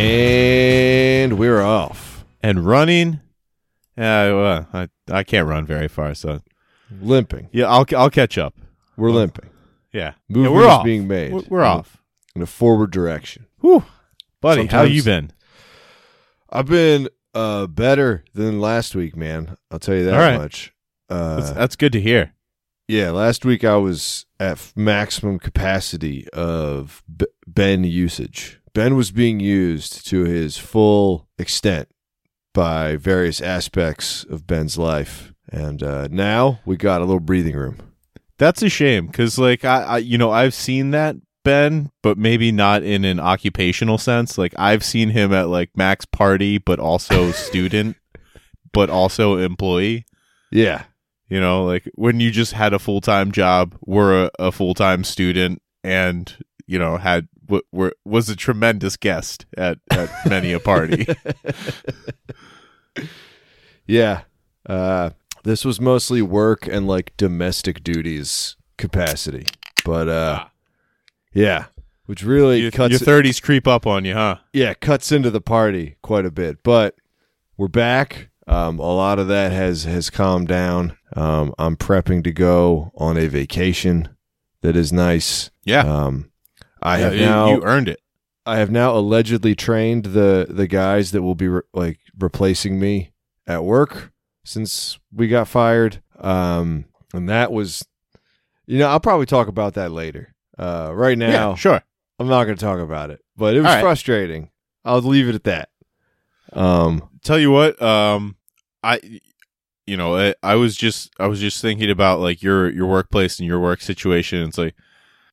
And we're off. and running. Yeah, well, I I can't run very far, so Limping. yeah, I'll I'll catch up. We're limping. Yeah, Yeah, Movement we're is off. being made. We're, we're off. In a forward direction. Whew. buddy, how Sometimes- you been? I've been uh, better than last week, man. I'll tell you that All right. much. Uh, That's, that's good to hear. yeah, last week I was at f- maximum capacity of b- Ben usage. Ben was being used to his full extent by various aspects of Ben's life. And uh, now we got a little breathing room. That's a shame because, like, I, I, you know, I've seen that Ben, but maybe not in an occupational sense. Like, I've seen him at like Max party, but also student, but also employee. Yeah. You know, like when you just had a full time job, were a, a full time student, and you know had w- were was a tremendous guest at at many a party. Yeah. Uh, this was mostly work and like domestic duties capacity. But uh, Ah. yeah, which really Your- cuts your thirties creep up on you, huh? yeah, cuts into the party quite a bit. But we're back. Um, a lot of that has has calmed down. Um, I'm prepping to go on a vacation that is nice. Yeah, Um, I Ah. Yeah, have you, now you earned it. I have now allegedly trained the the guys that will be re- like replacing me at work since we got fired. Um, and that was, you know, I'll probably talk about that later. Uh, right now, yeah, sure. I'm not going to talk about it, but it was All right. frustrating. I'll leave it at that. Um, tell you what um i you know I, I was just i was just thinking about like your your workplace and your work situation it's like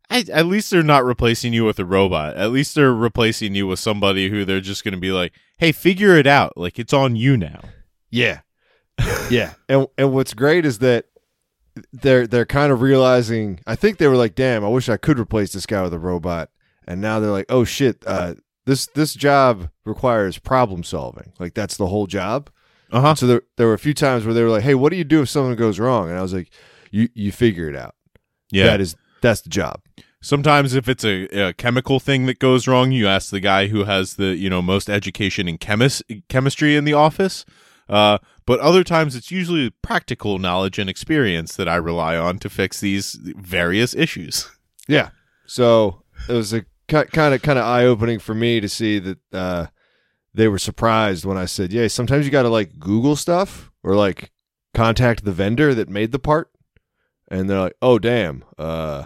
I, at least they're not replacing you with a robot at least they're replacing you with somebody who they're just going to be like hey figure it out like it's on you now yeah, yeah. And and what's great is that they're they're kind of realizing. I think they were like, "Damn, I wish I could replace this guy with a robot." And now they're like, "Oh shit, uh, this this job requires problem solving. Like that's the whole job." uh-huh So there there were a few times where they were like, "Hey, what do you do if something goes wrong?" And I was like, "You you figure it out. yeah That is that's the job." sometimes if it's a, a chemical thing that goes wrong you ask the guy who has the you know most education in chemis- chemistry in the office uh, but other times it's usually practical knowledge and experience that i rely on to fix these various issues Yeah. So it was a kind of kind of eye opening for me to see that uh, they were surprised when I said, "Yeah, sometimes you got to like Google stuff or like contact the vendor that made the part," and they're like, "Oh, damn, uh,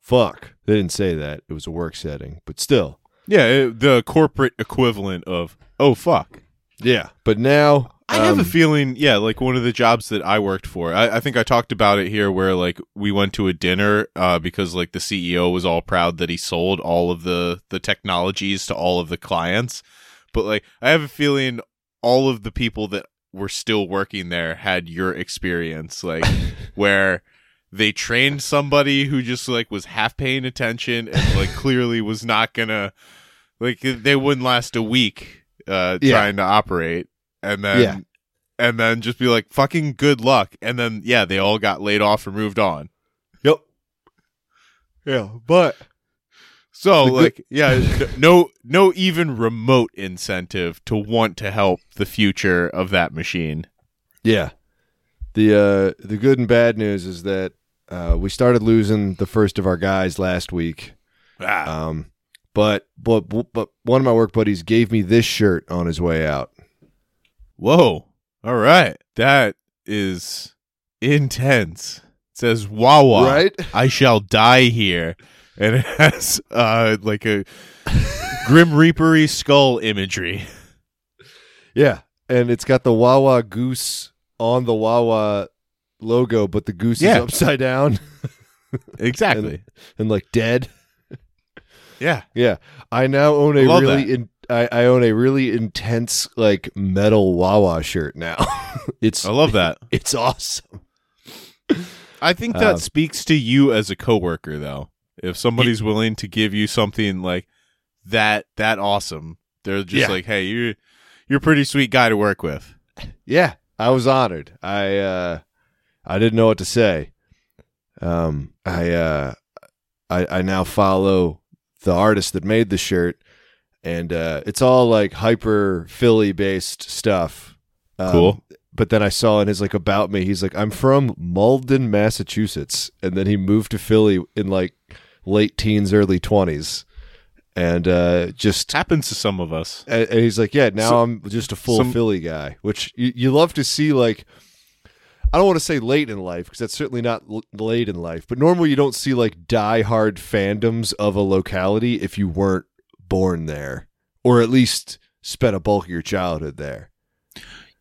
fuck." They didn't say that; it was a work setting, but still, yeah it- the corporate equivalent of oh fuck yeah. But now I have a um, feeling, yeah, like one of the jobs that I worked for. I, I think I talked about it here where like we went to a dinner uh, because like the CEO was all proud that he sold all of the the technologies to all of the clients. But like I have a feeling all of the people that were still working there had your experience like where they trained somebody who just like was half paying attention and like clearly was not gonna like they wouldn't last a week uh Yeah. trying to operate and then Yeah. and then just be like fucking good luck and then yeah they all got laid off and moved on Yep. yeah but so The good- like yeah n- no no even remote incentive to want to help the future of that machine Yeah. The uh, the good and bad news is that uh, we started losing the first of our guys last week. ah, Um, but but but one of my work buddies gave me this shirt on his way out. whoa all right that is intense it says wawa Right? I shall die here. And it has uh, like a Grim Reapery skull imagery. Yeah, and it's got the Wawa goose on the Wawa logo, but the goose Yeah. is upside down Exactly. and like dead. Yeah. Yeah, I now own a I love really in, I, I own a really intense like metal Wawa shirt now. it's I love that. it's awesome. I think that Um, speaks to you as a coworker though. If somebody's willing to give you something like that that awesome, they're Yeah. just like, "Hey, you are you're a pretty sweet guy to work with." Yeah, I was honored. I uh I didn't know what to say. Um I uh I I now follow the artist that made the shirt and uh, it's all like hyper Philly based stuff. Um, cool. But then I saw in his like about me, he's like, I'm from Malden, Massachusetts, and then he moved to Philly in like late teens, early twenties, and uh, just happens to some of us. and, and he's like, yeah, now So- I'm just a full some- Philly guy, which you, you love to see. Like, I don't want to say late in life because that's certainly not l- late in life, but normally you don't see like diehard fandoms of a locality if you weren't born there or at least spent a bulk of your childhood there.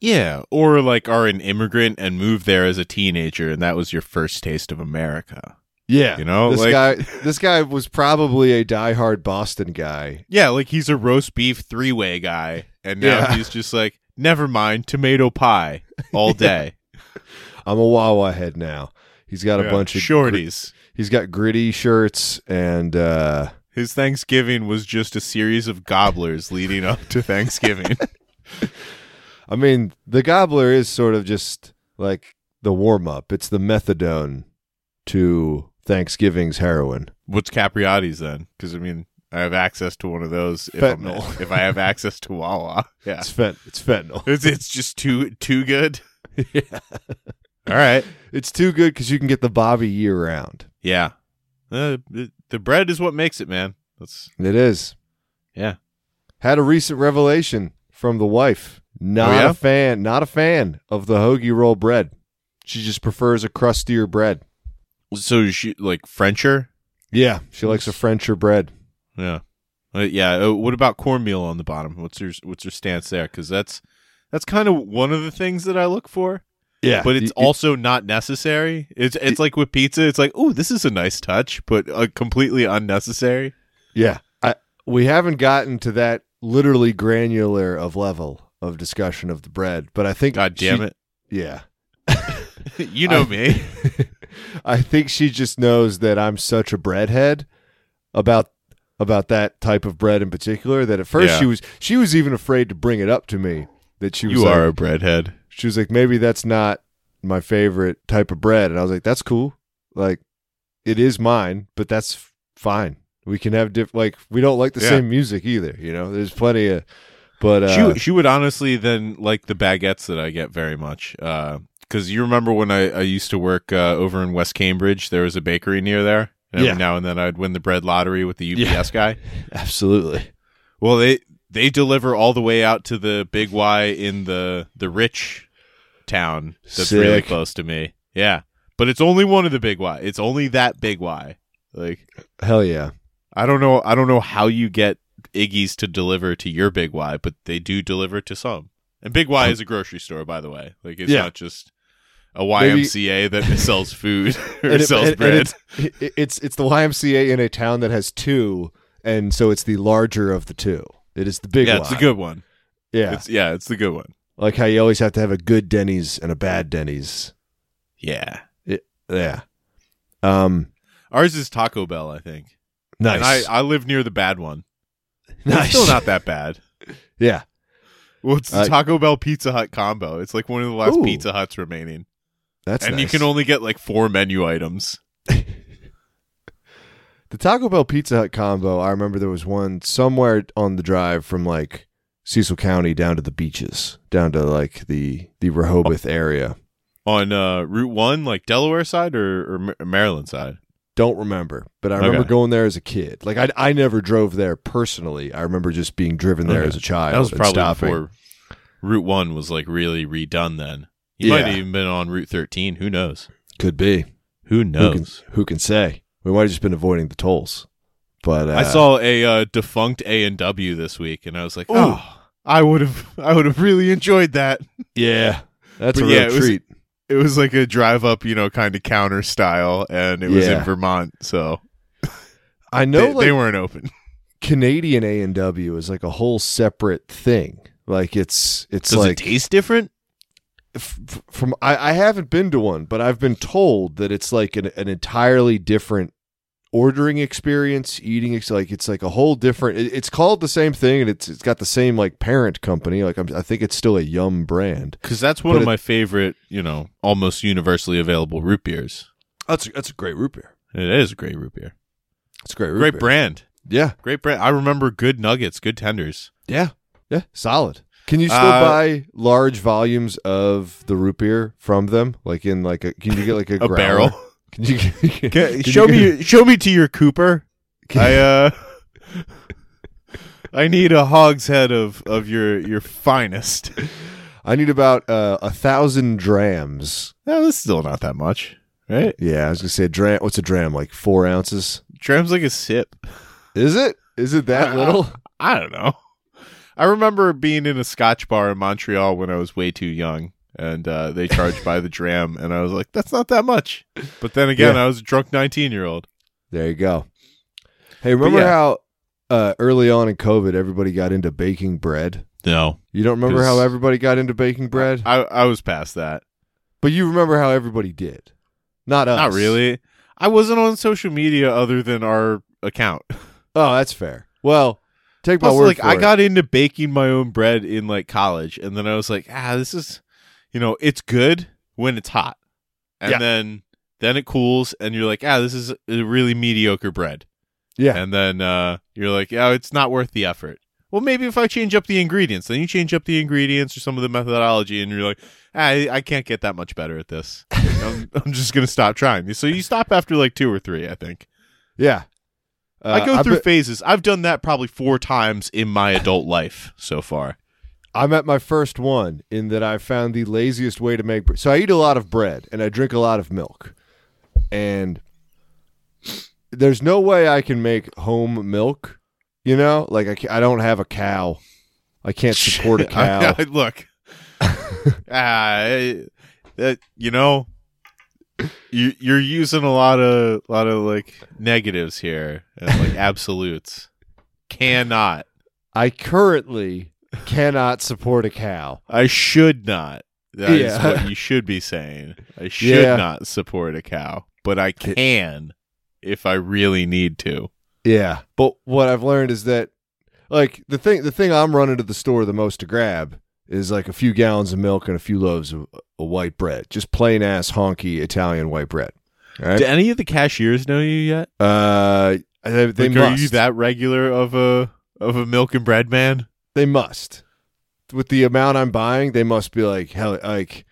Yeah, or like are an immigrant and moved there as a teenager, and that was your first taste of America. Yeah, You know, this like guy, this guy was probably a diehard Boston guy. yeah, like he's a roast beef three way guy, and now Yeah. he's just like, never mind, tomato pie all day. I'm a Wawa head now. He's got a Yeah, bunch of gr- shorties. he's got gritty shirts and. uh His Thanksgiving was just a series of gobblers leading up to Thanksgiving. I mean, the gobbler is sort of just like the warm up. It's the methadone to Thanksgiving's heroin. What's Capriati's then? Because I mean, I have access to one of those. If, I'm- Fentanyl. if I have access to Wawa, yeah, It's fent. It's fentanyl. it's, it's just too too good. All right. It's too good because you can get the Bobby year round. Yeah. Uh, the, the bread is what makes it, man. That's It is. Yeah. Had a recent revelation from the wife. Not Oh, yeah? a fan. Not a fan of the hoagie roll bread. She just prefers a crustier bread. so is she like Frencher. Yeah, she likes a Frencher bread. Yeah. Uh, yeah. Uh, what about cornmeal on the bottom? What's your what's your stance there? Because that's that's kind of one of the things that I look for. Yeah, But it's all. also not necessary. It's it's like with pizza. It's like, oh, this is a nice touch, but uh, completely unnecessary. Yeah. I, we haven't gotten to that literally granular of level of discussion of the bread, but I think God damn it! Yeah. you know I- me. I think she just knows that I'm such a breadhead about about that type of bread in particular that at first Yeah. she was she was even afraid to bring it up to me that she was You like, are a breadhead. she was like maybe that's not my favorite type of bread and I was like that's cool like it is mine but that's f- fine we can have diff like we don't like the Yeah. same music either you know there's plenty of but uh, she she would honestly then like the baguettes that I get very much. Because you remember when I, I used to work uh, over in West Cambridge, there was a bakery near there. And every Yeah. now and then I'd win the bread lottery with the UPS Yeah. guy. Absolutely. Well, they they deliver all the way out to the Big Y in the the rich town that's really Sick. close to me. Yeah, but it's only one of the Big Y. It's only that Big Y. Like Hell yeah. I don't know I don't know how you get Iggy's to deliver to your Big Y, but they do deliver to some. And Big Y is a grocery store, by the way. Like it's Yeah. not just a YMCA that sells food or And it- and- sells and bread. it's, it- it's it's the YMCA in a town that has two, and so it's the larger of the two. It is the big yeah, one. it's a good one. yeah, It's yeah, it's the good one. like how you always have to have a good Denny's and a bad Denny's. Yeah. Yeah. Um. Ours is Taco Bell, I think. And Nice. I, I live near the bad one. nice. It's still not that bad. yeah. Well, it's the Uh, Taco Bell Pizza Hut combo. It's like one of the last Ooh. Pizza Huts remaining. That's and you nice. can only get like four menu items. the Taco Bell Pizza Hut combo. I remember there was one somewhere on the drive from like Cecil County down to the beaches, down to like the the Rehoboth area. On uh, Route 1, like Delaware side or, or Ma- Maryland side? Don't remember, but I remember Okay. going there as a kid. Like I, I never drove there personally. I remember just being driven there Okay. as a child. That was and probably stopping. before Route One was like really redone. Then you might Yeah. have even been on Route Thirteen. Who knows? Could be. Who Who knows? can, who can say? We might have just been avoiding the tolls. But uh, I saw a uh, defunct A and W this week, and I was like, Ooh. oh, I would have, I would have really enjoyed that. Yeah, that's But a real yeah, it was- treat. It was like a drive up, you know, kind of counter style, and it was in Yeah. Vermont, so I know they, like they weren't open. Canadian A and W is like a whole separate thing. Like it's it's Does like it taste different? f- f- from I, I haven't been to one, but I've been told that it's like an, an entirely different ordering experience, eating. It's like it's like a whole different. It, it's called the same thing, and it's it's got the same like parent company. Like I'm, I think it's still a Yum brand. Because that's one But of it- my favorite, you know, almost universally available root beers. That's that's a great root beer. It is a great root beer, It's a great root great beer. brand. Yeah, Great brand. I remember good nuggets, good tenders. yeah, yeah. Solid. Can you still Uh, buy large volumes of the root beer from them? Like in like a can you get like a, A growler? barrel. Can you can you show get- me show me to your Cooper. Can- I uh I need a hogshead of of your your finest. I need about uh, a thousand drams. No, that's still not that much, right? Yeah, I was gonna say a dram. What's a dram? Like four ounces? Dram's like a sip. Is it? Is it that Uh, little? I don't know. I remember being in a Scotch bar in Montreal when I was way too young, and uh, they charged by the dram, and I was like, "That's not that much." But then again, I was a drunk nineteen-year-old. There you go. Hey, remember yeah. how uh, early on in COVID everybody got into baking bread? No, You don't remember 'Cause- how everybody got into baking bread, I I was past that. but you remember how everybody did. Not us. Not really. I wasn't on social media other than our account. Oh, that's fair. Well, take my Plus, word like for I it. got into baking my own bread in like college, and then I was like, ah, this is, you know, it's good when it's hot, and Yeah. then then it cools, and you're like, ah, this is a really mediocre bread, Yeah. and then uh, you're like, oh, it's not worth the effort. Well, maybe if I change up the ingredients, then you change up the ingredients or some of the methodology, and you're like, "Ah, I I can't get that much better at this. I'm, I'm just gonna stop trying. So you stop after like two or three, I think. Yeah. Uh, I go I've through been- phases. I've done that probably four times in my adult life so far. I'm at my first one in that I found the laziest way to make bread. So I eat a lot of bread and I drink a lot of milk. And there's no way I can make home milk, you know? Like I, ca- I don't have a cow. I can't support a cow. I- I- look, Ah, that you know, you, you're using a lot of lot of like negatives here and like absolutes. Cannot. I currently cannot support a cow. I should not. That is Yeah. what you should be saying. I should Yeah. not support a cow, but I can if I really need to. Yeah. But what I've learned is that like the thing the thing I'm running to the store the most to grab is like a few gallons of milk and a few loaves of, of white bread. Just plain ass honky Italian white bread. All right. Do any of the cashiers know you yet? uh they, they Like, must. Are you that regular of a of a milk and bread man? They must. With the amount I'm buying, they must be like hell like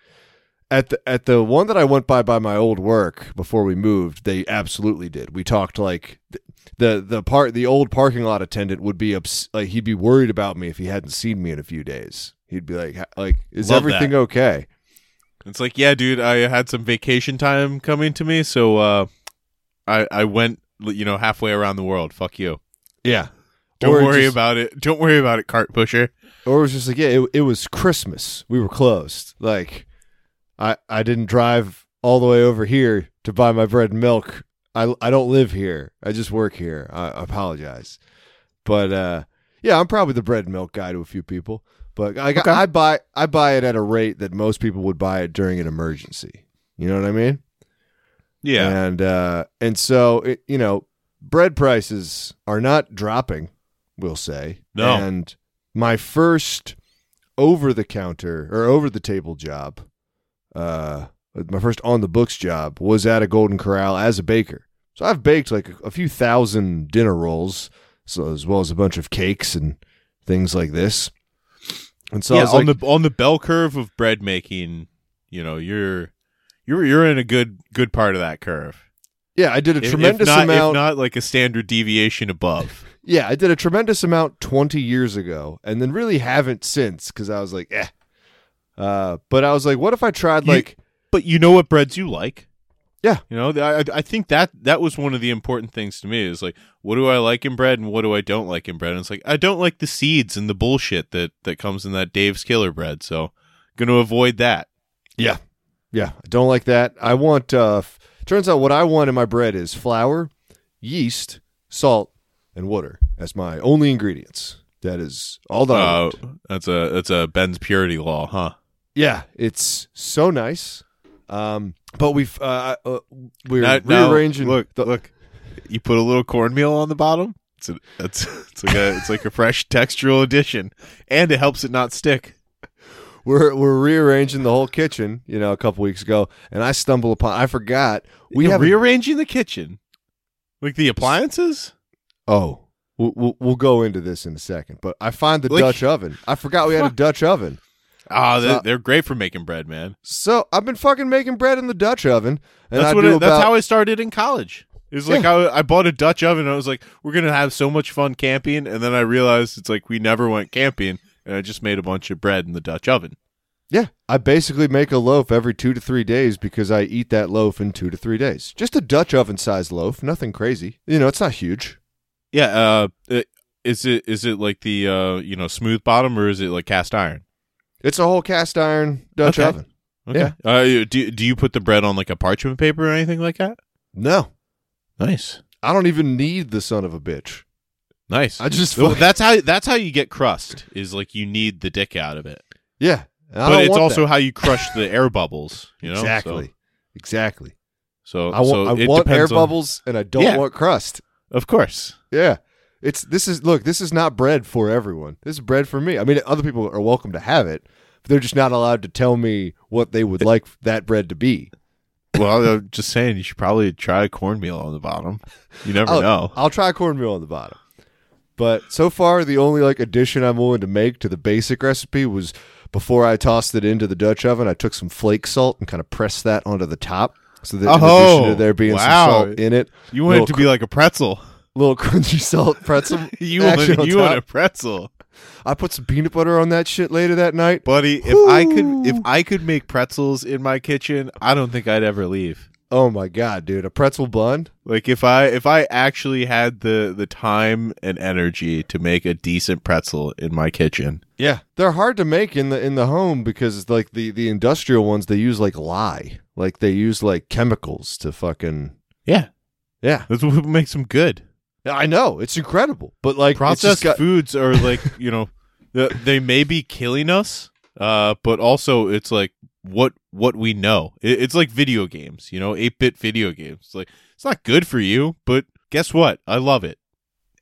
at the at the one that I went by by my old work before we moved, they absolutely did. We talked like th- the the part the old parking lot attendant would be ups- like he'd be worried about me if he hadn't seen me in a few days. He'd be like "Ha- like is Love everything okay? It's like, yeah, dude, I had some vacation time coming to me, so uh, I I went, you know, halfway around the world. Fuck you. Yeah. Don't Or worry just- about it. Don't worry about it, cart pusher. Or it was just like yeah, it, it was Christmas. We were closed. Like I I didn't drive all the way over here to buy my bread and milk. I I don't live here. I just work here. I, I apologize. But uh yeah, I'm probably the bread and milk guy to a few people. But I got Okay. I buy I buy it at a rate that most people would buy it during an emergency. You know what I mean? Yeah. And uh and so it you know, bread prices are not dropping, we'll say. No. And my first over the counter or over the table job, uh my first on the books job was at a Golden Corral as a baker. So I've baked like a, a few thousand dinner rolls, so as well as a bunch of cakes and things like this. And so I yeah. was On like, the on the bell curve of bread making, you know, you're you're you're in a good good part of that curve. yeah, I did a If- if tremendous not- amount. if not like a standard deviation above. Yeah, I did a tremendous amount 20 years ago and then really haven't since because I was like, eh. Uh, but I was like, what if I tried You- like, but you know what breads you like. Yeah. you know, th- I I think that that was one of the important things to me is like, what do I like in bread and what do I don't like in bread? And it's like I don't like the seeds and the bullshit that that comes in that Dave's Killer bread, so going to avoid that. yeah, I don't like that. I want, uh, f- turns out what I want in my bread is flour, yeast, salt, and water as my only ingredients. That is all that I Uh, want. that's a that's a Ben's purity law, huh? Yeah, it's so nice. Um, but we've, uh, uh, we're Now- now, rearranging. look, the- look, you put a little cornmeal on the bottom. It's a, it's it's like a it's like a fresh textural addition, and it helps it not stick. we're we're rearranging the whole kitchen, you know, a couple weeks ago, and I stumble upon I forgot we You're have a- rearranging the kitchen, like the appliances. oh We'll, we'll, we'll go into this in a second, but I find the Like- Dutch oven. I forgot we had a Dutch oven. Ah, they- So- they're great for making bread, man. So I've been fucking making bread in the Dutch oven, and that's I what. do I, that's about how I started in college. It was like I, I bought a Dutch oven. and I was like, we're gonna have so much fun camping, and then I realized it's like we never went camping, and I just made a bunch of bread in the Dutch oven. yeah. I basically make a loaf every two to three days because I eat that loaf in two to three days. Just a Dutch oven sized loaf, nothing crazy. You know, it's not huge. Yeah. Uh, it, is it is it like the uh you know smooth bottom or is it like cast iron? It's a whole cast iron Dutch Okay. oven. Okay. Uh, do do you put the bread on like a parchment paper or anything like that? No, Nice. I don't even need the son of a bitch. Nice. I just Well, fuck- that's how that's how you get crust is like you need the dick out of it. yeah. And I but don't it's want also that. how you crush the air bubbles, you know? exactly, exactly. So, so, I so want I it want air depends on- bubbles, and I don't Yeah. want crust. Of course. Yeah. It's this is look, this is not bread for everyone. This is bread for me. I mean, other people are welcome to have it, but they're just not allowed to tell me what they would like that bread to be. Well, I'm just saying you should probably try cornmeal on the bottom. You never I'll, know. Oh, I'll try cornmeal on the bottom. But so far the only like addition I'm willing to make to the basic recipe was before I tossed it into the Dutch oven, I took some flake salt and kind of pressed that onto the top. So that in Oh, addition to there being wow. some salt in it, You want it little to be like a pretzel. cr- little crunchy salt pretzel. You want action on you want top. a pretzel. I put some peanut butter on that shit later that night. Buddy, if I could if I could make pretzels in my kitchen, I don't think I'd ever leave. Oh my god, dude, a pretzel bun? Like if I if I actually had the the time and energy to make a decent pretzel in my kitchen. Yeah, they're hard to make in the in the home because like the the industrial ones they use like lye, like they use like chemicals to fucking Yeah. yeah. That's what makes them good. I know it's incredible, but like it's just processed got- foods are like you know th- they may be killing us uh but also it's like what what we know it, it's like video games you know 8-bit video games It's like it's not good for you but guess what i love it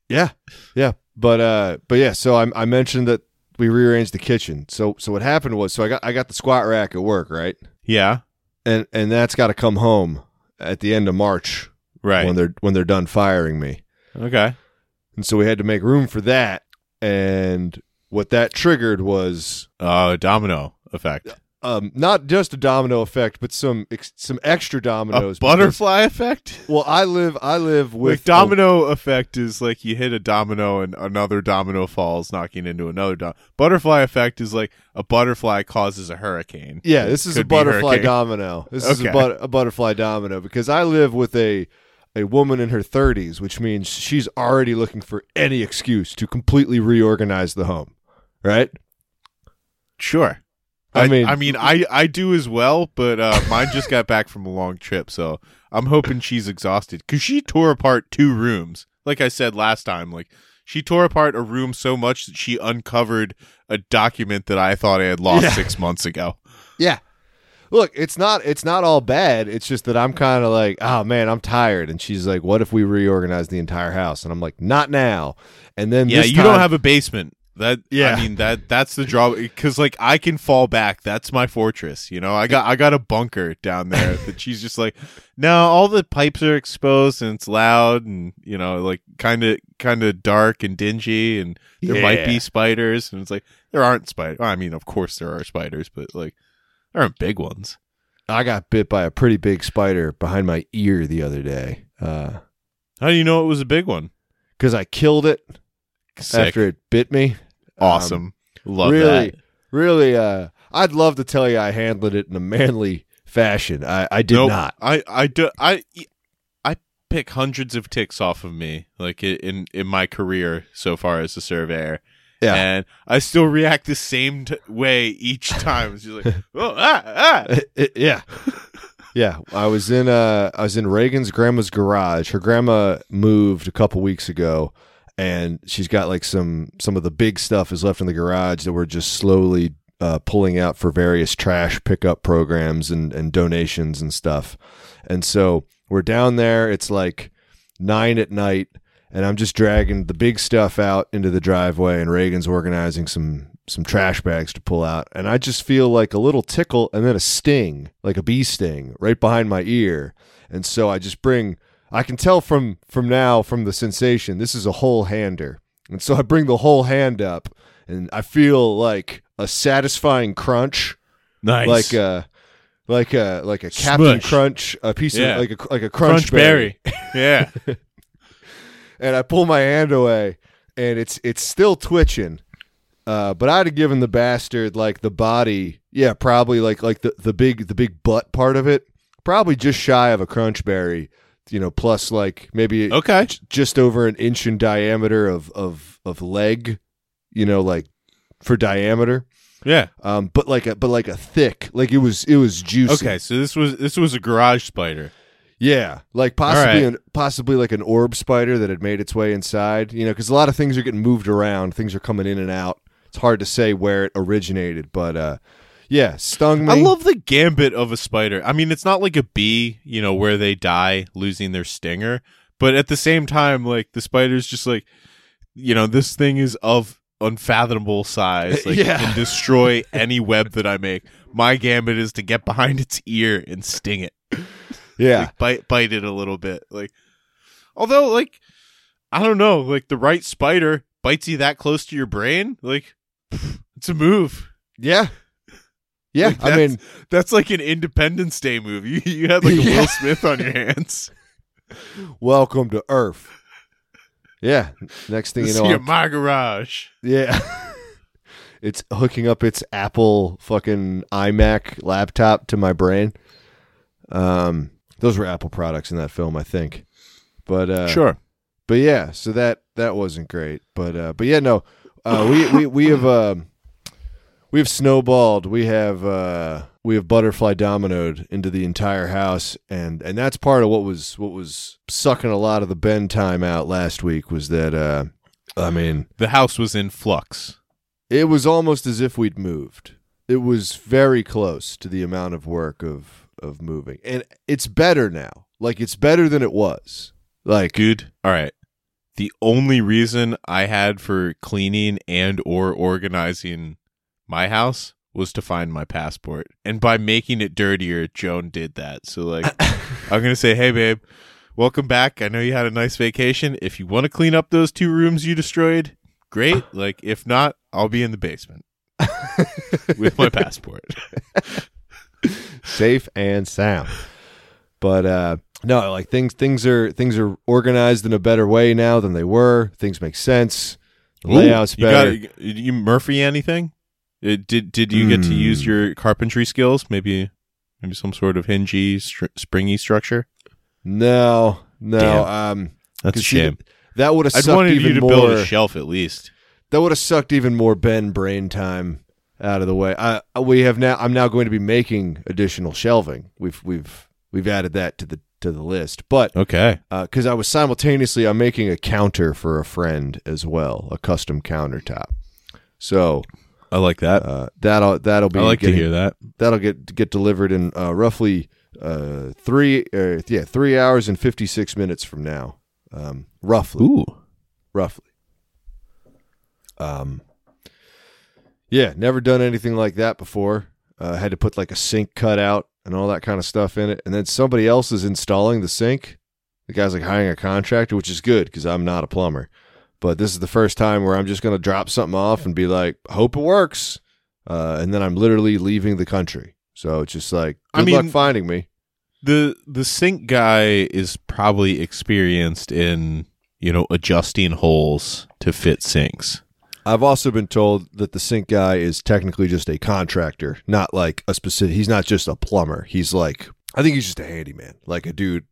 yeah, yeah. But uh, but yeah. So I I mentioned that we rearranged the kitchen. So so what happened was so I got I got the squat rack at work right, yeah and and that's got to come home at the end of March right when they're when they're done firing me. okay And so we had to make room for that. And what that triggered was uh domino effect um, not just a domino effect, but some ex- some extra a dominoes. because- butterfly effect well, I live I live with like domino effect is like you hit a domino and another domino falls knocking into another domino butterfly effect is like a butterfly causes a hurricane yeah, this is a Could be butterfly hurricane. domino. This is a, Okay. but- a butterfly domino because I live with a a woman in her 30s, which means she's already looking for any excuse to completely reorganize the home, right? Sure. I I, mean- mean, I mean, I I do as well, but uh, mine just got back from a long trip, so I'm hoping she's exhausted because she tore apart two rooms. Like I said last time, like she tore apart a room so much that she uncovered a document that I thought I had lost Yeah. six months ago. Yeah. Look, it's not it's not all bad. It's just that I'm kind of like, oh man, I'm tired. And she's like, what if we reorganize the entire house? And I'm like, not now. And then Yeah, this you time- don't have a basement. That yeah, Yeah. I mean that that's the draw because like I can fall back. That's my fortress. You know, I got I got a bunker down there that she's just like, no, all the pipes are exposed and it's loud and you know like kind of kind of dark and dingy and there might Yeah. be spiders and it's like there aren't spiders. I mean, of course there are spiders, but like there aren't big ones. I got bit by a pretty big spider behind my ear the other day because How do you know it was a big one? I killed it Sick. after it bit me. Um, awesome, love really, that. really. Uh, I'd love to tell you I handled it in a manly fashion. I, I did Nope. not. I I do I e, I pick hundreds of ticks off of me like i- in in my career so far as a surveyor. Yeah. And I still react the same t- way each time. It's just like, oh, ah, ah. yeah. Yeah, I was in uh, I was in Reagan's grandma's garage. Her grandma moved a couple weeks ago, and she's got like some some of the big stuff is left in the garage that we're just slowly uh, pulling out for various trash pickup programs and and donations and stuff. And so we're down there. It's like nine at night, and I'm just dragging the big stuff out into the driveway, and Reagan's organizing some some trash bags to pull out, and I just feel like a little tickle and then a sting, like a bee sting, right behind my ear, and so I just bring I can tell from from now from the sensation this is a whole hander. And so I bring the whole hand up and I feel like a satisfying crunch Nice. like uh, a like a like a Captain Smush. Crunch, a piece Yeah. of like a like a crunch, crunch berry. berry. yeah. and I pull my hand away, and it's it's still twitching. Uh, but I'd have given the bastard like the body, yeah, probably like like the, the big the big butt part of it, probably just shy of a crunch berry, you know, plus like maybe Okay. j- just over an inch in diameter of of of leg, you know, like for diameter. Yeah. Um, but like a but like a thick, like it was it was juicy. Okay. So this was this was a garage spider. Yeah, like possibly right. an, possibly like an orb spider that had made its way inside. You know, because a lot of things are getting moved around, things are coming in and out. It's hard to say where it originated, but uh, yeah, stung me. I love the gambit of a spider. I mean, it's not like a bee, you know, where they die losing their stinger, but at the same time, like the spider's just like, you know, this thing is of unfathomable size. Like, Yeah. it can destroy any web that I make. My gambit is to get behind its ear and sting it, yeah, like, bite bite it a little bit. Like, although, like, I don't know, like the right spider bites you that close to your brain, like, it's a move. yeah, yeah. Like, I that's- mean, That's like an Independence Day movie. You, you had like a Yeah. Will Smith on your hands. welcome to Earth. Yeah. Next thing you This know, here, I'm- my garage. yeah, it's hooking up its Apple fucking iMac laptop to my brain. Um, those were Apple products in that film, I think. But uh, sure. but yeah, so that that wasn't great. But uh, but yeah, no, uh, we we we have um, we have snowballed. We have uh, we have butterfly dominoed into the entire house, and and that's part of what was what was sucking a lot of the bend time out last week was that uh, I mean The house was in flux. it was almost as if we'd moved. It was very close to the amount of work of of moving, and it's better now. Like it's better than it was. Like Good. All right. The only reason I had for cleaning and or organizing my house was to find my passport. And by making it dirtier, Joan did that. So like I'm going to say, "Hey babe, welcome back. I know you had a nice vacation. If you want to clean up those two rooms you destroyed, great. Like if not, I'll be in the basement." with my passport. safe and sound. But uh, no, like things things are things are organized in a better way now than they were. Things make sense. The layout's you got- better. you, you Murphy anything? Uh, did did you get to Hmm. use your carpentry skills? Maybe maybe some sort of hingy str- springy structure. no, no. Damn. Um, That's a 'cause see, shame. that would have I sucked wanted even you to more. build a shelf at least. that would have sucked even more Ben brain time out of the way. I we have now. I'm now going to be making additional shelving. We've we've we've added that to the to the list. But Okay. because Uh, I was simultaneously I'm making a counter for a friend as well, a custom countertop. So I like that. uh, that'll that'll be I like getting- to hear that. that'll get get delivered in uh, roughly uh, three uh, yeah three hours and fifty six minutes from now, um, roughly Ooh. roughly. Um, yeah, never done anything like that before. Uh, had to put like a sink cutout and all that kind of stuff in it, and then somebody else is installing the sink. The guy's like hiring a contractor, which is good because I'm not a plumber. But this is the first time where I'm just gonna drop something off and be like, hope it works, uh, and then I'm literally leaving the country. So it's just like, good I luck mean- finding me. The the sink guy is probably experienced in, you know, adjusting holes to fit sinks. I've also been told that the sink guy is technically just a contractor, not like a specific. He's not just a plumber. He's like, I think he's just a handyman, like a dude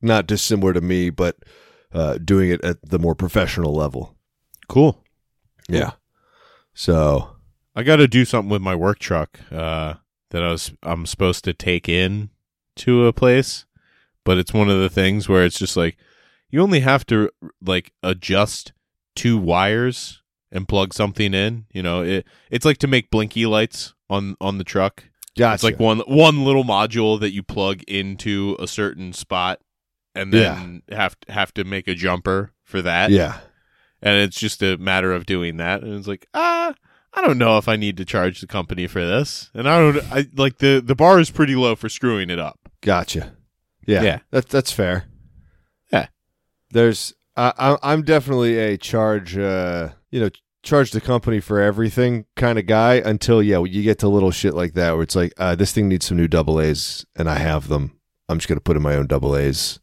not dissimilar to me, but uh, doing it at the more professional level. Cool. Yeah. So, I got to do something with my work truck uh, that I was I'm supposed to take in to a place, but it's one of the things where it's just like you only have to like adjust two wires and plug something in. You know, it it's like to make blinky lights on on the truck. gotcha. It's like one one little module that you plug into a certain spot, and then have have to make a jumper for that yeah. and it's just a matter of doing that and it's like ah i don't know if i need to charge the company for this and i don't i like the the bar is pretty low for screwing it up Gotcha. Yeah. Yeah. That, that's fair. there's I, I I'm definitely a charge uh you know charge the company for everything kind of guy until yeah you get to little shit like that where it's like uh, this thing needs some new double A's and I have them I'm just gonna put in my own double A's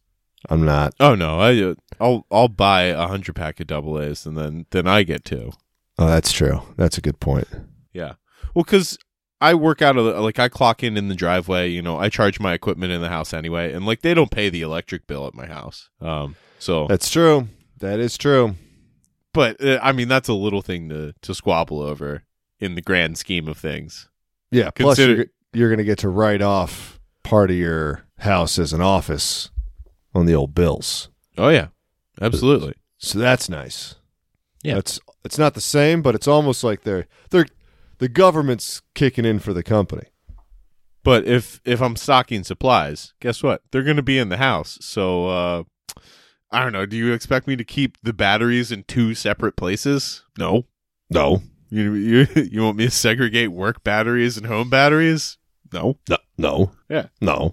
I'm not Oh no, I uh, I'll I'll buy a hundred pack of double A's and then then I get two. oh that's true that's a good point Yeah. Well, because I work out of the, like I clock in in the driveway. You know, I charge my equipment in the house anyway, and like they don't pay the electric bill at my house. Um. So, that's true that is true but uh, I mean, that's a little thing to to squabble over in the grand scheme of things. yeah plus Consider- you're, you're gonna get to write off part of your house as an office on the old bills Oh yeah, absolutely. So that's nice. Yeah. It's it's not the same, but it's almost like they're they're the government's kicking in for the company. But if if I'm stocking supplies, guess what? They're going to be in the house. So uh I don't know. Do you expect me to keep the batteries in two separate places? No. No. You you you want me to segregate work batteries and home batteries? No. No. No. Yeah. No.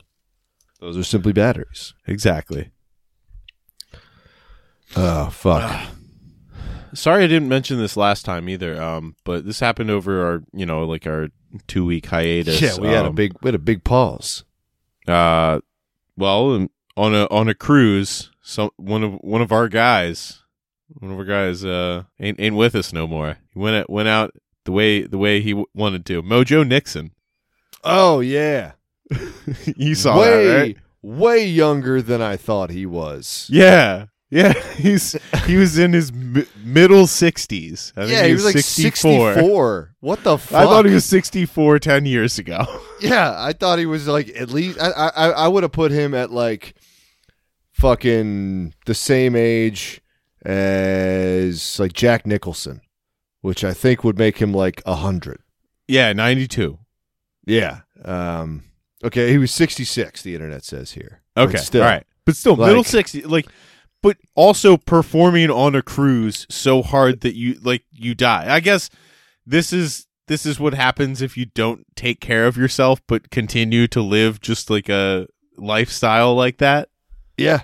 Those are simply batteries. Exactly. Oh fuck. Sorry I didn't mention this last time either. Um but this happened over our, you know, like our 2 week hiatus. yeah, we had a Um, big we had a big pause. uh well um, on a on a cruise some one of one of our guys one of our guys uh ain't ain't with us no more he went out, went out the way the way he w- wanted to mojo nixon Oh yeah. you saw way that right way younger than I thought he was. yeah yeah he's he was in his mi- middle 60s I think yeah, he was like 64. What the fuck? i thought he was 64 10 years ago Yeah, I thought he was like at least I I, I would have put him at like fucking the same age as like Jack Nicholson, which I think would make him like a hundred. yeah 92 Yeah. Um. Okay, he was sixty six. The internet says here. But Okay. still, all right. But still, middle Like- 60 like but also performing on a cruise so hard that you like you die. I guess this is this is what happens if you don't take care of yourself but continue to live just like a lifestyle like that. Yeah.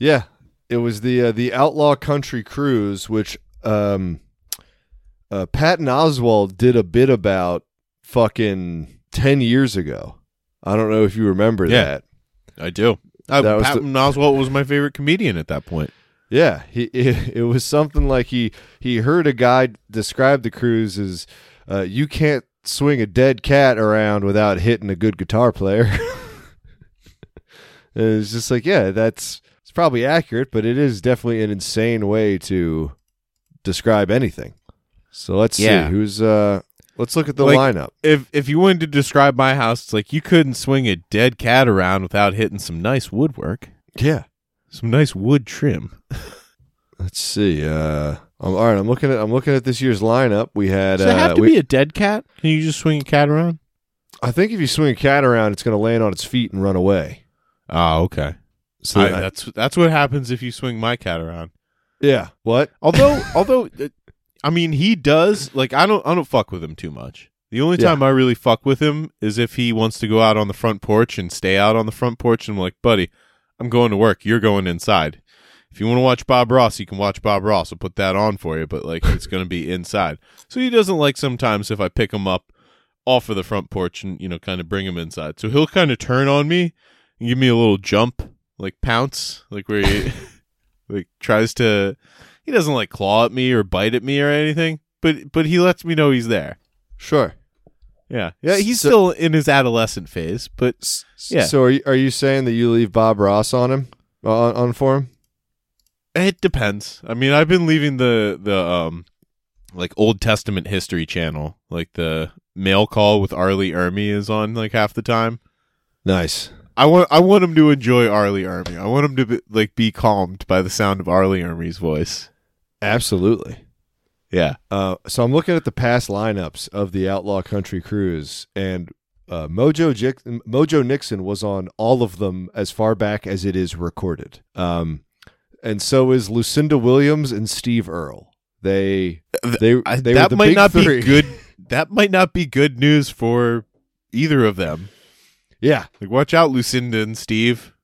Yeah. It was the uh, the Outlaw Country Cruise, which um, uh, Patton Oswald did a bit about fucking ten years ago. I don't know if you remember Yeah. that. I do. I, That was the- Patton Oswalt was my favorite comedian at that point. Yeah, he it, it was something like he he heard a guy describe the cruise as uh, you can't swing a dead cat around without hitting a good guitar player. And it's just like yeah, that's it's probably accurate, but it is definitely an insane way to describe anything. So let's Yeah. see who's uh let's look at the Like- lineup. If if you wanted to describe my house, it's like you couldn't swing a dead cat around without hitting some nice woodwork, Yeah. some nice wood trim. Let's see. Uh I'm, all right, I'm looking at I'm looking at this year's lineup. We had Does it uh, have to we- be a dead cat? Can you just swing a cat around? I think if you swing a cat around, it's going to land on its feet and run away. Oh, okay. So I- that's that's what happens if you swing my cat around. yeah, what? Although, although, uh, I mean, he does. Like, I don't, I don't fuck with him too much. The only Yeah. time I really fuck with him is if he wants to go out on the front porch and stay out on the front porch. And I'm like, buddy, I'm going to work. You're going inside. If you want to watch Bob Ross, you can watch Bob Ross. I'll put that on for you. But like, it's going to be inside. So he doesn't like sometimes if I pick him up off of the front porch and you know kind of bring him inside. So he'll kind of turn on me and give me a little jump, like pounce, like where he like tries to. He doesn't like claw at me or bite at me or anything, but but he lets me know he's there. Sure. Yeah, yeah. He's So- still in his adolescent phase, but S- Yeah. So are you, are you saying that you leave Bob Ross on him uh, on, on for him? it depends. I mean, I've been leaving the the um like Old Testament History Channel, like the mail call with Arlie Ermy is on like half the time. Nice. I want I want him to enjoy Arlie Army. I want him to be, like be calmed by the sound of Arlie Army's voice. Absolutely. Yeah. Uh, so I'm looking at the past lineups of the Outlaw Country Cruise, and uh, Mojo Jic- Mojo Nixon was on all of them as far back as it is recorded. Um, and so is Lucinda Williams and Steve Earl. They they I, they that were the might big not three. be good that might not be good news for either of them. Yeah, Like watch out Lucinda and Steve.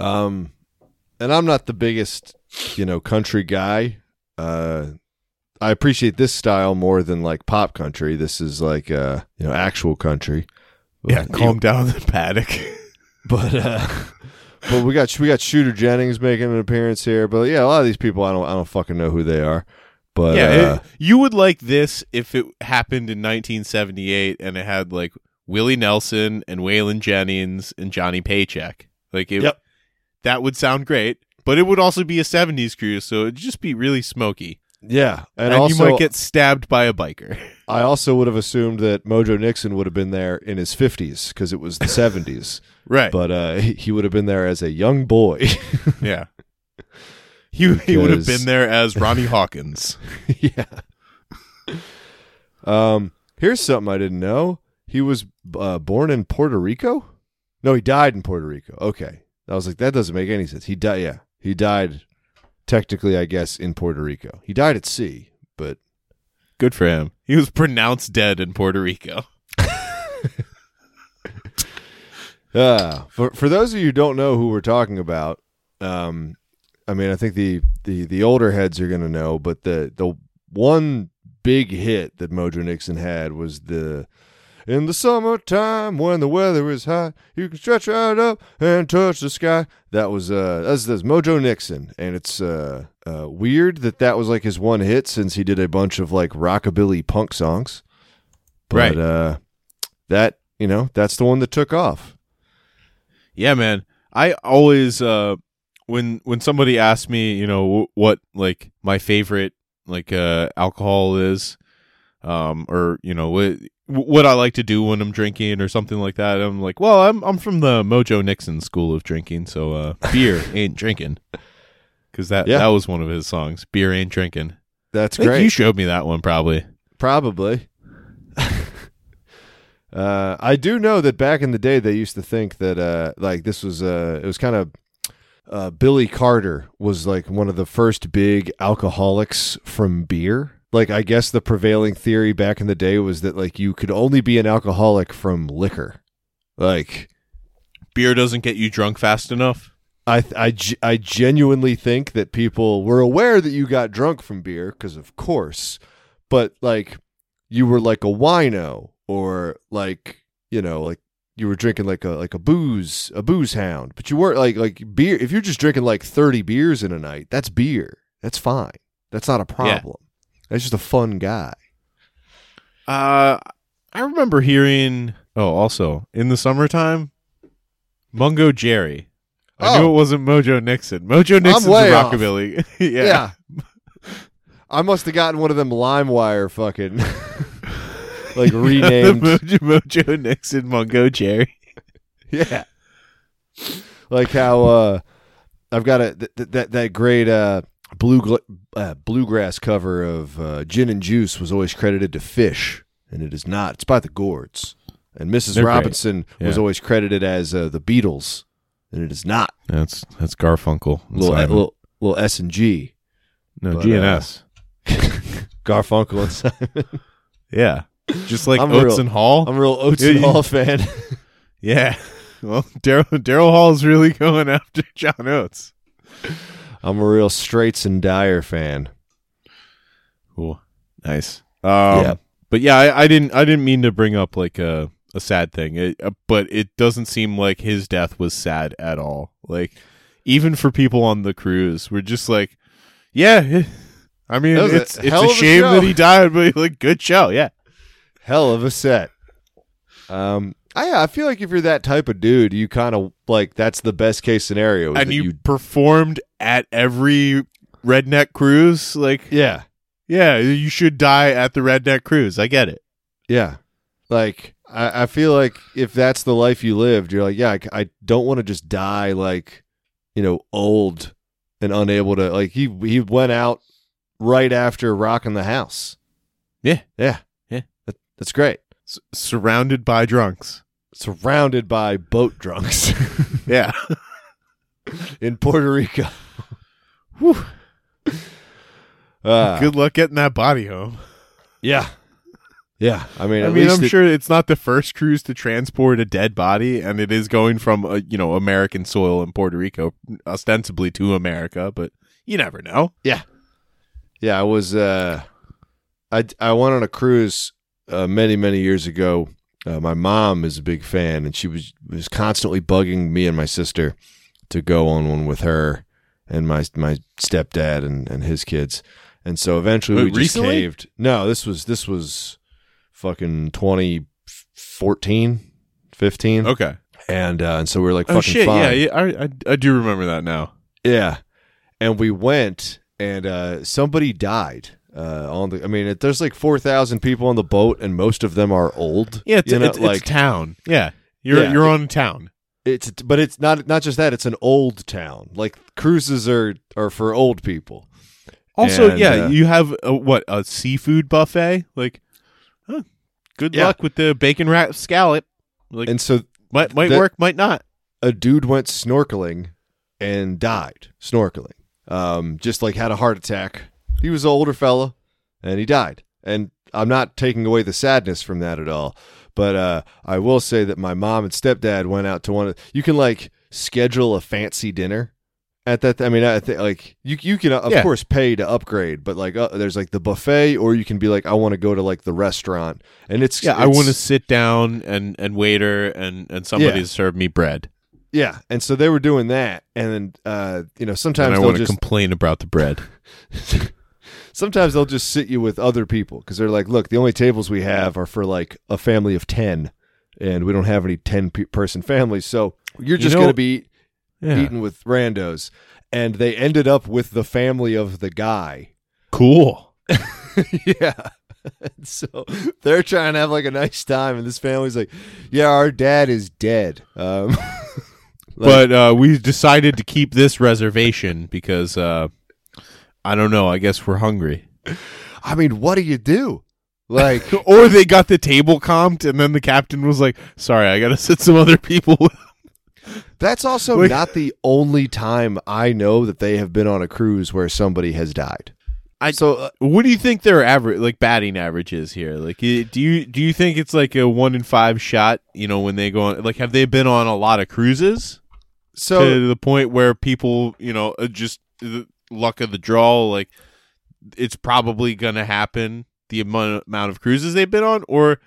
Um, and I'm not the biggest, you know, country guy. Uh, I appreciate this style more than like pop country. This is like uh, you know, actual country. Yeah, But- calm down the paddock. but uh, but we got we got Shooter Jennings making an appearance here. But yeah, a lot of these people I don't I don't fucking know who they are. But yeah, uh, it- you would like this if it happened in 1978 and it had like Willie Nelson and Waylon Jennings and Johnny Paycheck. Like it, Yep. that would sound great, but it would also be a 70s cruise, so it'd just be really smoky, yeah, and, and, also you might get stabbed by a biker. I also would have assumed that Mojo Nixon would have been there in his fifties because it was the seventies. right? But uh, he he would have been there as a young boy. yeah. He, he would have Because- been there as Ronnie Hawkins. yeah. Um, here's something I didn't know. He was uh, born in Puerto Rico. No, he died in Puerto Rico. Okay, I was like, that doesn't make any sense. He died. Yeah, he died. Technically, I guess in Puerto Rico, he died at sea. But Good for him. He was pronounced dead in Puerto Rico. uh, for for those of you who don't know who we're talking about, um, I mean, I think the the the older heads are gonna know, but the the one big hit that Mojo Nixon had was the in the summertime when the weather is hot, you can stretch right up and touch the sky. That was uh that's that's Mojo Nixon, and it's uh, uh weird that that was like his one hit since he did a bunch of like rockabilly punk songs, but Right. uh, that you know that's the one that took off. Yeah, man. I always uh when when somebody asks me, you know, wh- what like my favorite like uh alcohol is um or you know, what what I like to do when I'm drinking or something like that. I'm like, well, I'm I'm from the Mojo Nixon school of drinking, so uh beer ain't drinking. Cuz that Yeah. that was one of his songs, beer ain't drinking. That's I think great. you showed me that one probably. Probably. uh, I do know that back in the day, they used to think that uh, like this was uh, it was kind of uh, Billy Carter was like one of the first big alcoholics from beer. Like I guess the prevailing theory back in the day was that like you could only be an alcoholic from liquor. Like Beer doesn't get you drunk fast enough. I, th- I, ge- I genuinely think that people were aware that you got drunk from beer because of course but like you were like a wino or like you know like you were drinking like a like a booze a booze hound but you weren't like like beer if you're just drinking like 30 beers in a night that's beer that's fine that's not a problem that's just a fun guy Uh, I remember hearing. Oh, also in the summertime, Mungo Jerry. I knew Oh. it wasn't Mojo Nixon. Mojo Nixon's a way off. rockabilly. yeah. i must have gotten one of them limewire fucking like The renamed Mojo, Mojo Nixon, Mungo Jerry. Yeah. like how uh I've got a th- th- that that great uh blue gl- uh, bluegrass cover of uh, Gin and Juice was always credited to Fish, and it is not. It's by the Gourds. And missus They're great. Robinson was Yeah. always credited as uh, the Beatles, and it is not. That's that's Garfunkel. Little, uh, little little S and G. no, but, GNS. Garfunkel and Simon. yeah, just like I'm Oates real- and Hall. I'm a real Oates Yeah, and you- Hall fan. yeah. Well, Daryl Daryl Hall's really going after John Oates. I'm a real Straits and Dyer fan. Cool. Nice. Um, Yeah. But yeah, I, I didn't. I didn't mean to bring up like a a sad thing. It, uh, but it doesn't seem like his death was sad at all. Like even for people on the cruise, we're just like, yeah. I mean, That was a it's it's hell a of a shame show. that he died, but like, good show. Yeah. hell of a set. Um, I I feel like if you're that type of dude, you kind of like that's the best case scenario. is And that you, performed at every redneck cruise. Like, yeah, yeah, you should die at the redneck cruise. I get it. yeah. Like I, I feel like if that's the life you lived, you're like, yeah, I, c- I don't want to just die like, you know, old and unable to like. He he went out right after rocking the house. Yeah. yeah, Yeah. That, that's great. S- surrounded by drunks. Surrounded by boat drunks Yeah. in Puerto Rico. Whew. Uh, Ah. Good luck getting that body home. Yeah. Yeah, I mean, I at mean, least I'm it- sure it's not the first cruise to transport a dead body, and it is going from uh, you know American soil in Puerto Rico, ostensibly to America, but you never know. Yeah, I was. Uh, I I went on a cruise uh, many many years ago. Uh, my mom is a big fan, and she was was constantly bugging me and my sister to go on one with her and my my stepdad and, and his kids. And so eventually Wait, we just recently? caved. No, this was this was fucking 2014, 15. Okay. And uh, and so we were like Mm-hmm. Oh fucking shit! fine. Yeah, yeah I, I I do remember that now. Yeah, and we went, and uh, somebody died. Uh, on the, I mean, it, there's like four thousand people on the boat, and most of them are old. Yeah, it's, you know, it's, like it's town. Yeah, you're Yeah. you're on town. it's, but it's not not just that. It's an old town. Like cruises are are for old people. Also, And, yeah, uh, you have a, what a seafood buffet. Like, huh, good Yeah. luck with the bacon wrap scallop. Like, And so might might that- work, might not. a dude went snorkeling and died snorkeling. Um, just like had a heart attack. He was an older fella, and he died. And I'm not taking away the sadness from that at all, but uh, I will say that my mom and stepdad went out to one. Of, you can like schedule a fancy dinner at that. I mean, I think like you you can uh, of Yeah. course pay to upgrade, but like uh, there's like the buffet, or you can be like I want to go to like the restaurant, and it's Yeah, I it's- want to sit down and and waiter and and somebody Yeah. to serve me bread. yeah. And so they were doing that, and uh, you know And sometimes I they'll want to just complain about the bread. sometimes they'll just sit you with other people because they're like, look, the only tables we have are for like a family of 10, and we don't have any 10 pe- person families. So you're You just know- going to be Yeah. eaten with randos. And they ended up with the family of the guy. Cool. yeah. so they're trying to have like a nice time, and this family's like, yeah, our dad is dead. Um, like- but uh, we decided to keep this reservation because uh, I don't know. I guess we're hungry. I mean, what do you do? Like, Or they got the table comped, and then the captain was like, "Sorry, I got to sit some other people." That's also Like- not the only time I know that they have been on a cruise where somebody has died. I- so uh, What do you think their average, like batting average, is here? Like, i- do you do you think it's like a one in five shot? You know, when they go on, like, have they been on a lot of cruises so to the point where people, you know, uh, just the luck of the draw, like, it's probably gonna happen. The amount amount of cruises they've been on, or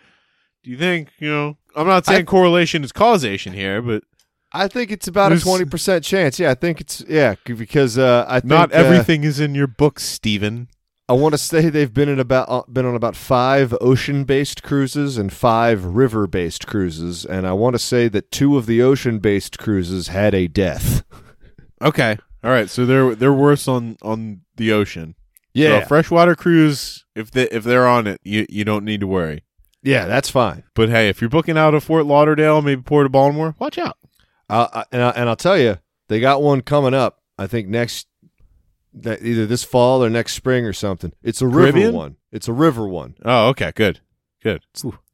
do you think you know? I'm not saying I- correlation is causation here, but I think it's about a There's- twenty percent chance. Yeah, I think it's yeah c- because uh, I think, not uh, everything is in your books, Steven. I want to say they've been in about uh, been on about five ocean based cruises and five river based cruises, and I want to say that two of the ocean based cruises had a death. Okay, all right. So they're they're worse on on the ocean. Yeah, So a freshwater cruise, if they if they're on it, you you don't need to worry. yeah, that's fine. But hey, if you're booking out of Fort Lauderdale, maybe Port of Baltimore, watch out. Uh, I- and I, and I'll tell you, they got one coming up. I think next, that either this fall or next spring or something. It's a river Caribbean? one. It's a river one. Oh, okay, good, good.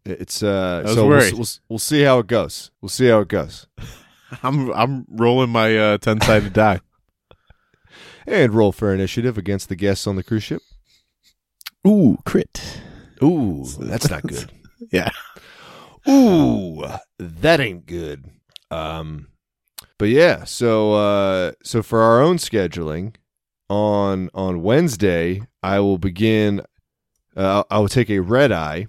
It's uh. I was so we'll, worried. we'll we'll see how it goes. We'll see how it goes. I'm I'm rolling my uh, ten sided die. And roll for initiative against the guests on the cruise ship. Ooh, crit. Ooh, that's not good. Yeah. Ooh, that ain't good. Um, but yeah. So uh, so for our own scheduling, on on Wednesday, I will begin. Uh, I will take a red eye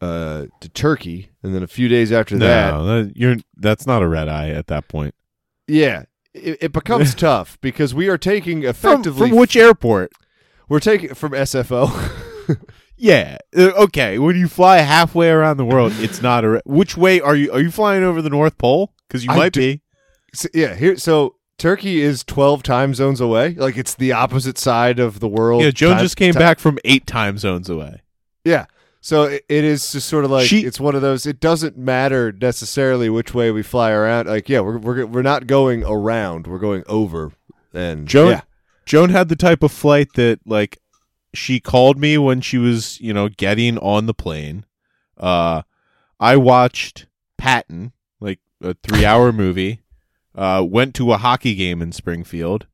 uh, to Turkey, and then a few days after that, No, that, you're that's not a red eye at that point. yeah, it, it becomes tough because we are taking From, effectively. from which airport? we're taking from SFO. Yeah. Uh, Okay. When you fly halfway around the world, it's not a. Re- which way are you? Are you flying over the North Pole? Because you I might do- be. So, yeah, here. So Turkey is twelve time zones away. Like it's the opposite side of the world. Yeah. Joan Time- just came ti- back from eight time zones away. Yeah. So it, it is just sort of like She- it's one of those. It doesn't matter necessarily which way we fly around. Like yeah, we're we're we're not going around. We're going over. And Joan yeah, Joan had the type of flight that like she called me when she was, you know, getting on the plane. Uh I watched Patton, like a 3-hour movie. Uh went to a hockey game in Springfield.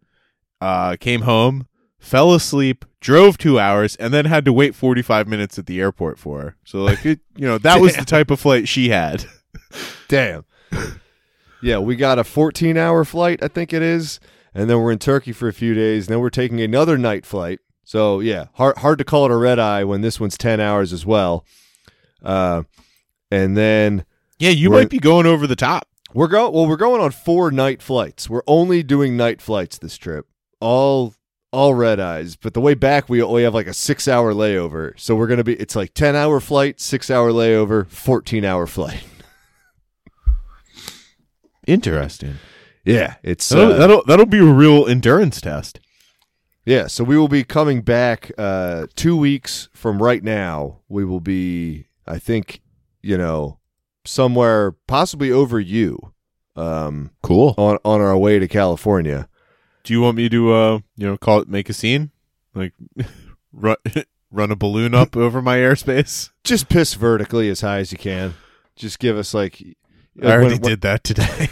Uh came home, fell asleep, drove two hours, and then had to wait 45 minutes at the airport for her. So, like, it, you know, that was the type of flight she had. Damn. Yeah, we got a 14 hour flight, I think it is. And then we're in Turkey for a few days. And then we're taking another night flight. So, yeah, hard, hard to call it a red eye when this one's 10 hours as well. Uh, and then Yeah, you Right. might be going over the top. we're going, well, we're going on four night flights. We're only doing night flights this trip. All, all red eyes. But the way back, we only have like a six hour layover. So we're going to be, it's like 10 hour flight, six hour layover, 14 hour flight. Interesting. Yeah. It's, That'll, uh, that'll that'll be a real endurance test. Yeah, so we will be coming back uh, two weeks from right now. We will be, I think, you know, somewhere possibly over you um, Cool. on on our way to California. Do you want me to uh you know call it make a scene like run run a balloon up over my airspace? Just piss vertically as high as you can. Just give us like, I already when, did that today.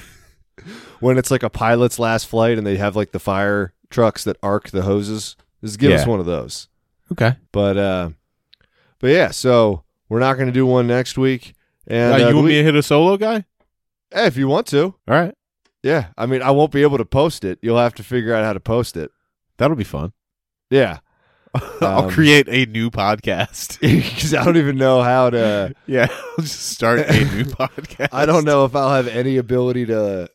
when it's like a pilot's last flight and they have like the fire trucks that arc the hoses. Just give us Yeah. one of those. okay. But uh, but yeah, so we're not going to do one next week. And you uh, want we- me to hit a solo guy? eh, if you want to. All right. Yeah, I mean, I won't be able to post it. You'll have to figure out how to post it. That'll be fun. Yeah, I'll Um, create a new podcast. because I don't even know how to. yeah, I'll just start a new podcast. I don't know if I'll have any ability to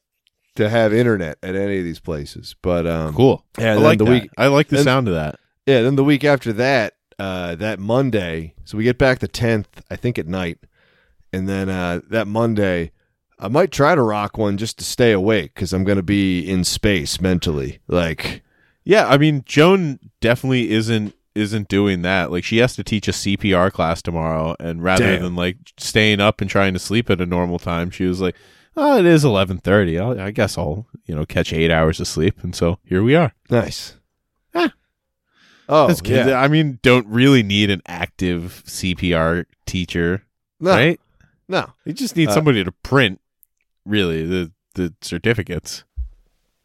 to have internet at any of these places. But um, Cool. yeah, I then like the that. week. I like the and- sound of that. Yeah, then the week after that, uh, that Monday. So we get back the tenth, I think, at night, and then uh, that Monday, I might try to rock one just to stay awake because I'm going to be in space mentally. Like, Yeah, I mean Joan definitely isn't isn't doing that. Like she has to teach a CPR class tomorrow and rather Damn. than like staying up and trying to sleep at a normal time, she was like, "Oh, it is 11:30. I'll, I guess I'll, you know, catch 8 hours of sleep." And so here we are. nice. Ah. Oh, That's good. yeah. I mean, don't really need an active CPR teacher, No, right? no. Uh, You just need Uh, somebody to print really the the certificates.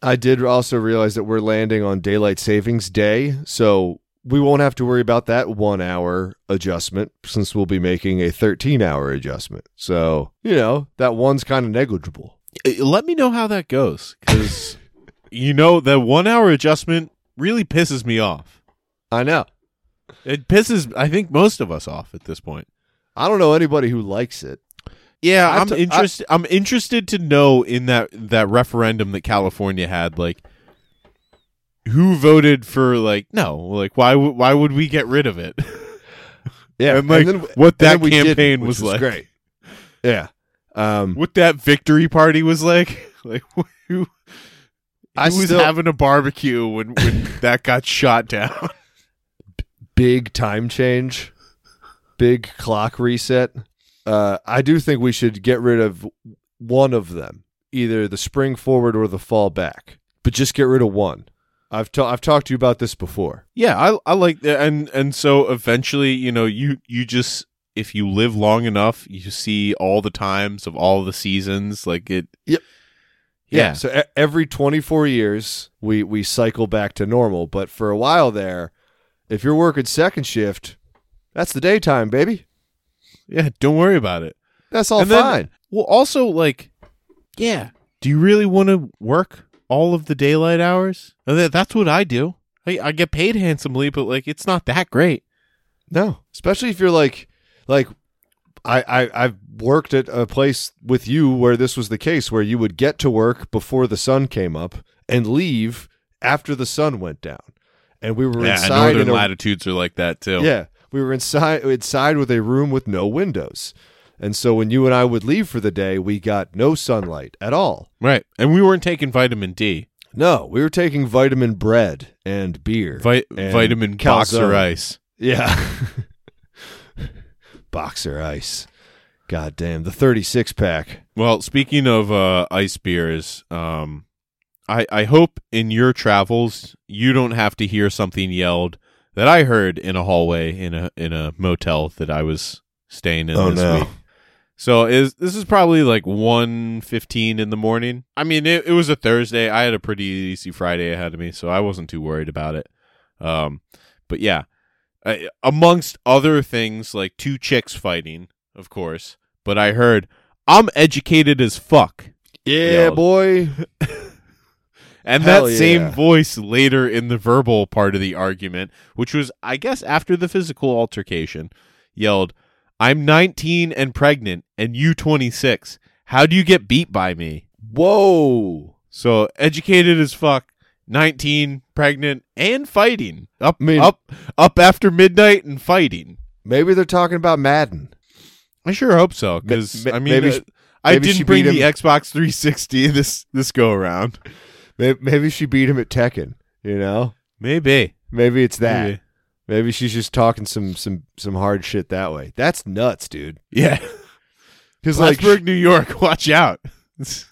I did also realize that we're landing on daylight savings day, so we won't have to worry about that one hour adjustment since we'll be making a 13 hour adjustment. So, you know, that one's kind of negligible. Uh, let me know how that goes because you know that one hour adjustment really pisses me off I know. it pisses i think most of us off at this point I don't know anybody who likes it. yeah I've i'm t- interested i'm interested to know in that that referendum that california had like who voted for like no like why would why would we get rid of it Yeah. and like then- what and that then we campaign didn't, which was, like great. Yeah. Um, what that victory party was like like who I I was still- having a barbecue when, when that got shot down big time change, big clock reset. Uh, I do think we should get rid of one of them, either the spring forward or the fall back, but just get rid of one. I've ta- I've talked to you about this before. Yeah, I I like that, and and so eventually, you know, you you just if you live long enough, you see all the times of all the seasons. Like it. Yep. Yeah. So e- every 24 years, we we cycle back to normal. But for a while there, if you're working second shift, that's the daytime, baby. Yeah. Don't worry about it. That's all And then- fine. Well, also like, yeah. Do you really want to work all of the daylight hours? Uh, that- That's what I do. I, I get paid handsomely, but like it's not that great. No, especially if you're like, like, I, I I've worked at a place with you where this was the case, where you would get to work before the sun came up and leave after the sun went down, and we were Yeah, inside northern in a- latitudes are like that too. yeah, we were inside inside with a room with no windows, and so when you and I would leave for the day, we got no sunlight at all. Right. And we weren't taking vitamin D, No, we were taking vitamin bread and beer. Vi- And vitamin boxer calzone. ice. Yeah. Boxer ice. God damn. The 36 pack. Well, speaking of uh, ice beers, um, I I hope in your travels you don't have to hear something yelled that I heard in a hallway in a in a motel that I was staying in this week. So is this is probably like 1.15 in the morning. I mean, it, it was a Thursday. I had a pretty easy Friday ahead of me, so I wasn't too worried about it. Um, But yeah, uh, amongst other things, like two chicks fighting, of course. But I heard I'm educated as fuck, Yeah, Yeah. boy. and Hell that yeah. same voice later in the verbal part of the argument, which was I guess after the physical altercation, yelled, "I'm 19 and pregnant, and you 26. How do you get beat by me?" Whoa. So educated as fuck, nineteen, pregnant, and fighting. Up I mean- up up after midnight and fighting. Maybe they're talking about Madden. I sure hope so, because Ma- ma- I mean, maybe uh, sh- I maybe she didn't bring beat the him. Xbox 360 this this go around. Maybe, maybe she beat him at Tekken. You know, Maybe maybe it's that. Maybe. Maybe she's just talking some some some hard shit that way. That's nuts, dude. Yeah, Because like Plattsburgh, New York. Watch out.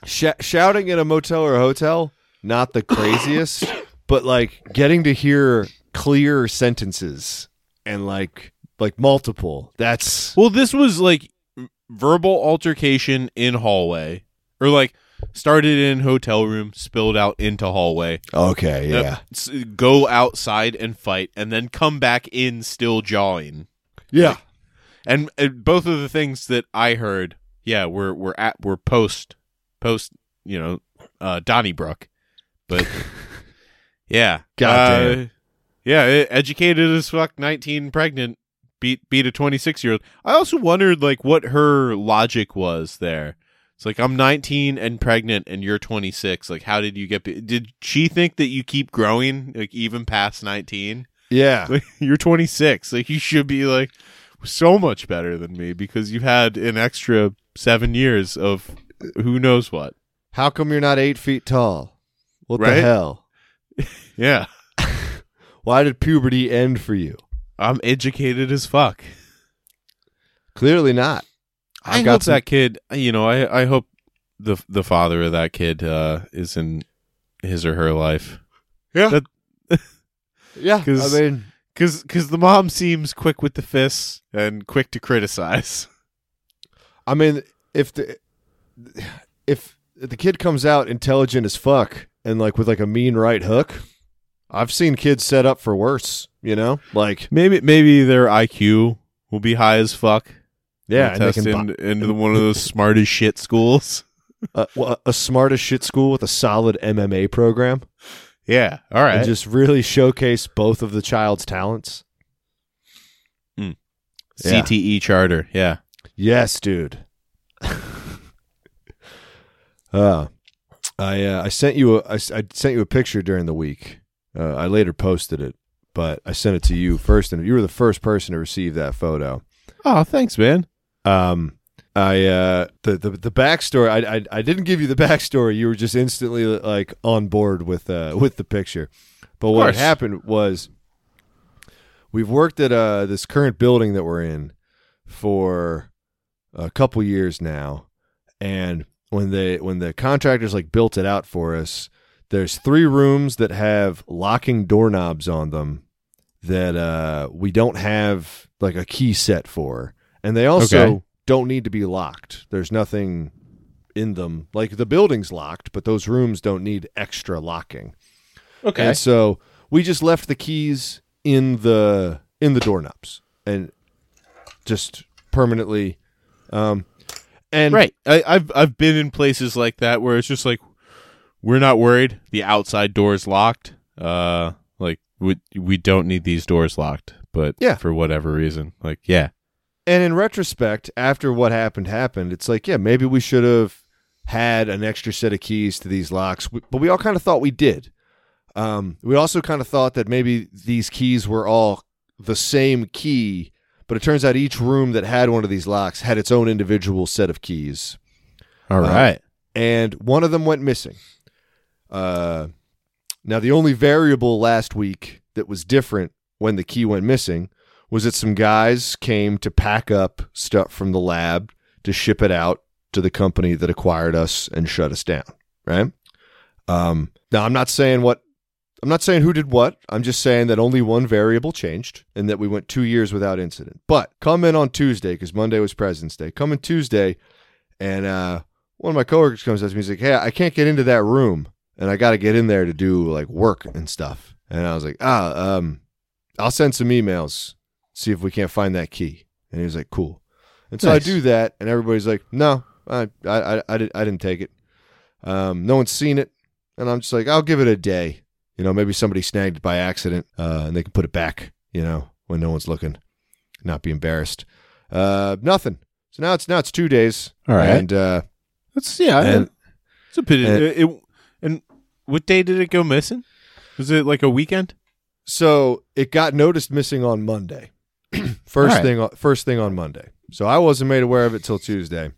sh- shouting in a motel or hotel, not the craziest, but like getting to hear clear sentences and like like multiple. That's well, this was like verbal altercation in hallway, or like started in hotel room, spilled out into hallway. okay. Yeah. Uh, s- go outside and fight, and then come back in still jawing. Yeah. And uh, both of the things that I heard, yeah, we're we're at we're post post, you know, uh, Donnybrook, but yeah, God Uh, yeah, e- educated as fuck, nineteen, pregnant, beat beat a twenty six year old. I also wondered like what her logic was there. It's like I'm 19 and pregnant, and you're 26. Like, how did you get? be- Did she think that you keep growing, like even past 19? Yeah. Like, you're 26. Like, you should be like so much better than me because you've had an extra seven years of who knows what. How come you're not eight feet tall? What the Right? hell? Yeah, Why did puberty end for you? I'm educated as fuck. Clearly not. I I've got hope some- that kid. You know, I I hope the the father of that kid uh, is in his or her life Yeah. I 'Cause- mean, because because the mom seems quick with the fists and quick to criticize. I mean, if the if the kid comes out intelligent as fuck and like with like a mean right hook, I've seen kids set up for worse. You know, like Maybe maybe their IQ will be high as fuck. yeah, and and they test can in, into the- one of those smart as shit schools. bu- a, well, a smart as shit school with a solid MMA program Yeah, all right. and just really showcase both of the child's talents. yeah. CTE E charter. Yeah, Yes, dude. uh, I uh, I sent you a I, s- I sent you a picture during the week. Uh, I later posted it, but I sent it to you first, and you were the first person to receive that photo. Oh, thanks, man. Um, I uh, the the the backstory. I, I I didn't give you the backstory. You were just instantly like on board with uh with the picture. But Of what course. happened was we've worked at uh this current building that we're in for a couple years now, and when they when the contractors like built it out for us, there's three rooms that have locking doorknobs on them that uh we don't have like a key set for. And they also Okay. don't need to be locked. There's nothing in them. Like the building's locked, but those rooms don't need extra locking. Okay. And so we just left the keys in the in the doorknobs and just permanently um and right. I, I've I've been in places like that where it's just like we're not worried. The outside door is locked. Uh, like we we don't need these doors locked. But Yeah. for whatever reason, like yeah, And in retrospect, after what happened happened, it's like, yeah, maybe we should have had an extra set of keys to these locks, w- but we all kind of thought we did. Um, we also kind of thought that maybe these keys were all the same key, but it turns out each room that had one of these locks had its own individual set of keys, all right. and one of them went missing. Uh, now, the only variable last week that was different when the key went missing was that some guys came to pack up stuff from the lab to ship it out to the company that acquired us and shut us down. Right. Um, now, I'm not saying what. I'm not saying who did what. I'm just saying that only one variable changed and that we went two years without incident. But come in on Tuesday, because Monday was President's Day. Come in Tuesday, and uh, one of my coworkers comes up to me. He's like, "Hey, I can't get into that room, and I got to get in there to do like work and stuff." And I was like, "Ah, um, I'll send some emails, see if we can't find that key. And he was like, cool. And so Nice. I do that, and everybody's like, no, I, I, I, I, did, I didn't take it. Um, no one's seen it. And I'm just like, I'll give it a day. You know, maybe somebody snagged it by accident uh, and they can put it back, you know, when no one's looking, not be embarrassed. Uh, nothing. So now it's now it's two days. All right. And uh, That's yeah. and it's a bit. and- it, it- and what day did it go missing? Was it like a weekend? so it got noticed missing on Monday. first All right. thing on first thing on Monday. So I wasn't made aware of it till Tuesday.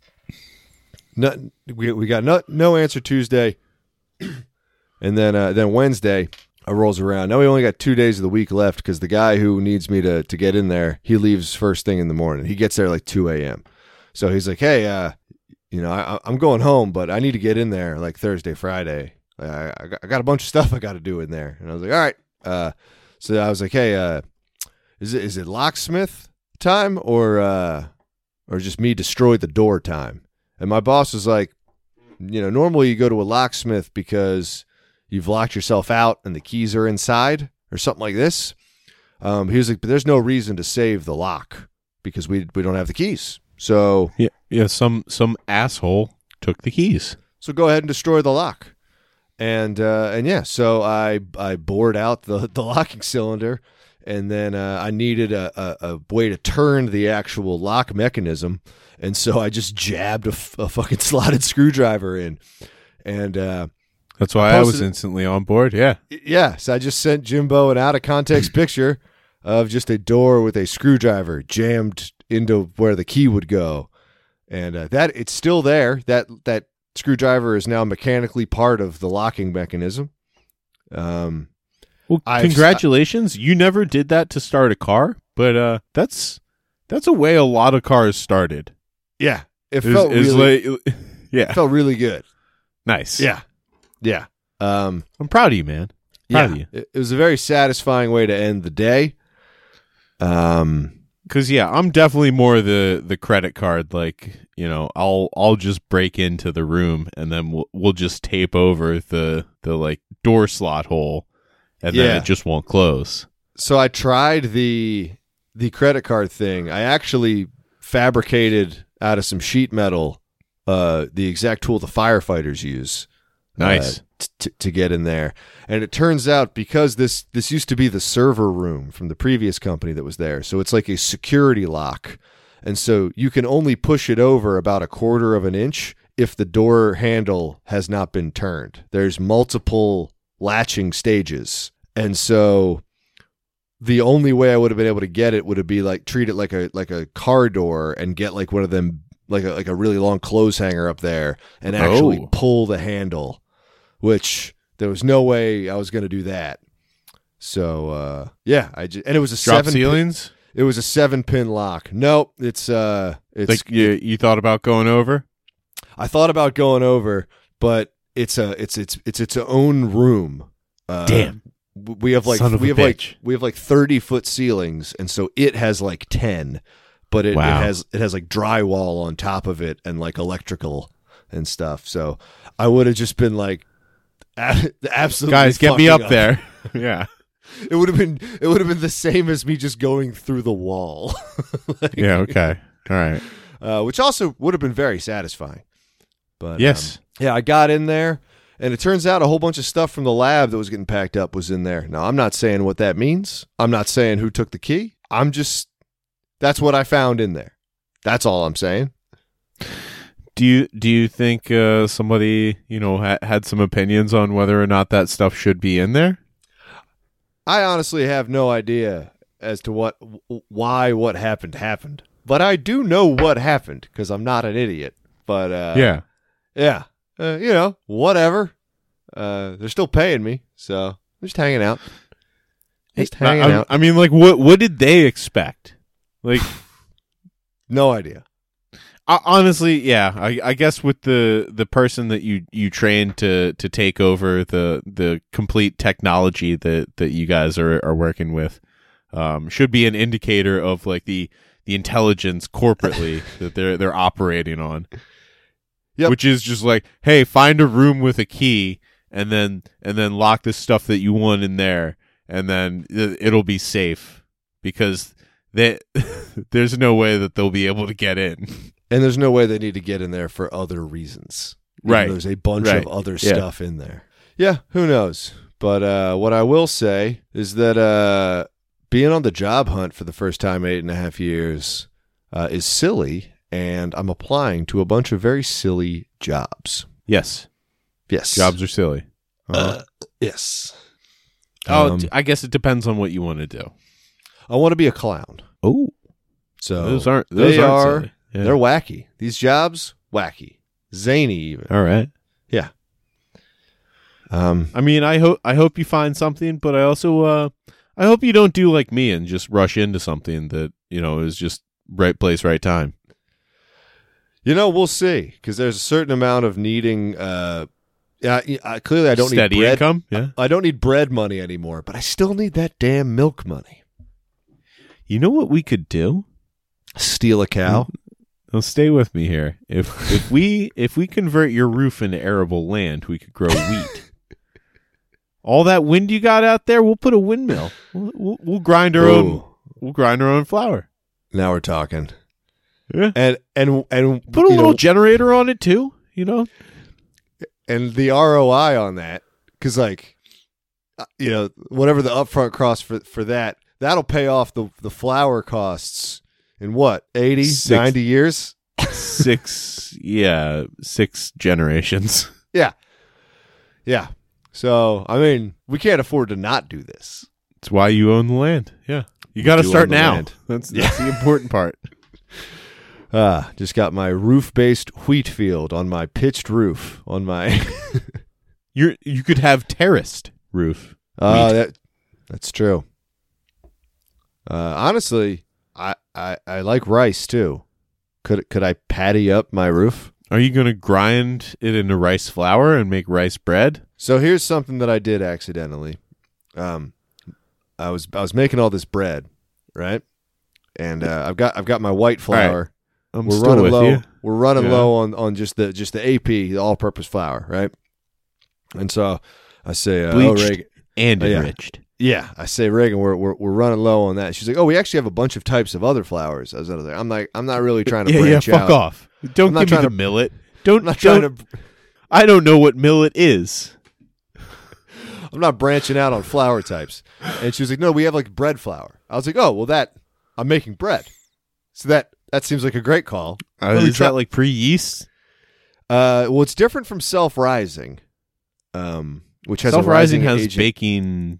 No, we, we got no, no answer Tuesday. and then uh, then Wednesday I rolls around. Now we only got two days of the week left because the guy who needs me to to get in there, he leaves first thing in the morning. He gets there like two a.m. So he's like, "Hey, uh, you know, I, I- I'm going home, but I need to get in there like Thursday, Friday. Like, I, I got- I got a bunch of stuff I got to do in there." And I was like, "All right." Uh, so I was like, "Hey, uh, is it is it locksmith time or uh, or just me destroy the door time?" And my boss was like, "You know, normally you go to a locksmith because you've locked yourself out and the keys are inside or something like this." Um, he was like, "But there's no reason to save the lock because we we don't have the keys." So Yeah. Yeah. Some some asshole took the keys. so go ahead and destroy the lock. And uh, and yeah, so I I bored out the, the locking cylinder, and then uh, I needed a, a, a way to turn the actual lock mechanism, and so I just jabbed a, f- a fucking slotted screwdriver in, and uh, That's I why I posted was it- instantly on board. Yeah. yeah, so I just sent Jimbo an out of context picture of just a door with a screwdriver jammed into where the key would go, and uh, that it's still there. That that screwdriver is now mechanically part of the locking mechanism. Um, Well, I've- congratulations. you never did that to start a car, but uh, that's that's a way a lot of cars started. yeah, it Is- felt is really like- yeah. felt really good. Nice. Yeah, yeah. Um, I'm proud of you, man. Proud of you. It, it was a very satisfying way to end the day. Um, Cause yeah, I'm definitely more the the credit card. Like you know, I'll I'll just break into the room and then we'll we'll just tape over the the like door slot hole, and Yeah. then it just won't close. so I tried the the credit card thing. I actually fabricated out of some sheet metal uh, the exact tool the firefighters use. Nice. uh, t- t- to get in there, and it turns out because this this used to be the server room from the previous company that was there, so it's like a security lock, and so you can only push it over about a quarter of an inch if the door handle has not been turned. There's multiple latching stages, and so the only way I would have been able to get it would have be like treat it like a like a car door and get like one of them like a like a really long clothes hanger up there and actually Oh. pull the handle, which there was no way I was going to do that. So uh, yeah, I just and it was a Drop seven ceilings. Pin, it was a seven pin lock. Nope, it's uh, it's like you you thought about going over. I thought about going over, but it's a it's it's it's its own room. Uh, w- we have like Son of we a have bitch. like we have like 30 foot ceilings and so it has like 10 but it, Wow. it has it has like drywall on top of it and like electrical and stuff so i would have just been like a- absolutely guys, get me fucking up, there. yeah. it would have been it would have been the same as me just going through the wall Like, Yeah. Okay. All right. uh, which also would have been very satisfying but um, yes. yeah, I got in there, and it turns out a whole bunch of stuff from the lab that was getting packed up was in there. Now, I'm not saying what that means. I'm not saying who took the key. I'm just, that's what I found in there. That's all I'm saying. do you do you think uh, somebody you know ha- had some opinions on whether or not that stuff should be in there? I honestly have no idea as to what, w- why what happened happened, but I do know what happened because I'm not an idiot. But uh, yeah. yeah, uh, you know, whatever. Uh, they're still paying me, so I'm just hanging out. Just I, hanging I'm- out. I mean, like, what what did they expect? Like, No idea. I, honestly, yeah. I, I guess with the the person that you you trained to to take over the the complete technology that that you guys are are working with, um, should be an indicator of like the the intelligence corporately that they're they're operating on. Yep. Which is just like, hey, find a room with a key and then and then lock this stuff that you want in there and then it- it'll be safe because they, there's no way that they'll be able to get in. And there's no way they need to get in there for other reasons. Even Right. though There's a bunch Right. of other Yeah. stuff in there. Yeah, who knows? But uh, what I will say is that uh, being on the job hunt for the first time in eight and a half years uh, is silly, and I'm applying to a bunch of very silly jobs. Yes, Yes. jobs are silly. Uh, yes. oh, Um, d- I guess it depends on what you want to do. I want to be a clown. Oh, So those aren't they those aren't are- silly. Yeah. they're wacky. These jobs, wacky, zany, even. all right. Um, I mean, I hope I hope you find something, but I also uh, I hope you don't do like me and just rush into something that you know is just right place, right time. You know, we'll see because there's a certain amount of needing. Uh, I, I, clearly, I don't steady need bread. income. Yeah, I don't need bread money anymore, but I still need that damn milk money. you know what we could do? Steal a cow. Now stay with me here. If if we if we convert your roof into arable land, we could grow wheat. All that wind you got out there, we'll put a windmill. We'll, we'll, we'll grind our own. Ooh, We'll grind our own flour. now we're talking. Yeah. And and and Put you a know, little generator on it too. You know, and the ROI on that because like uh, you know whatever the upfront cost for for that that'll pay off the the flour costs in what 80 Six- 90 years six yeah six generations. yeah so i mean we can't afford to not do this It's why you own the land. Yeah, you got to do start own the now. land. That's that's the important part. Ah, just got my roof-based wheat field on my pitched roof on my. You you could have terraced roof. Uh, that, that's true. Uh, honestly, I, I I like rice too. Could could I patty up my roof? Are you going to grind it into rice flour and make rice bread? So here's something that I did accidentally. Um, I was I was making all this bread, right? And uh, I've got I've got my white right. flour. I'm we're still running with low. you. We're running Yeah. low on on just the just the AP, the all-purpose flour, right? And so I say, uh, oh, Bleached. Reagan, and Oh, yeah. enriched. yeah, I say Reagan, we're, we're we're running low on that. She's like, oh, we actually have a bunch of types of other flowers. I was out of there. I'm like, I'm not really trying to Yeah, yeah, branch fuck out. off. Don't I'm not give me trying the to- millet. Don't, I'm not don't trying to. I don't know what millet is. I'm not branching out on flower types. And she was like, no, we have like bread flour. I was like, oh, well, that I'm making bread, so that that seems like a great call. Uh, least is that that- like pre yeast? Uh, well, it's different from self rising, um, which has Self a rising rising has agent baking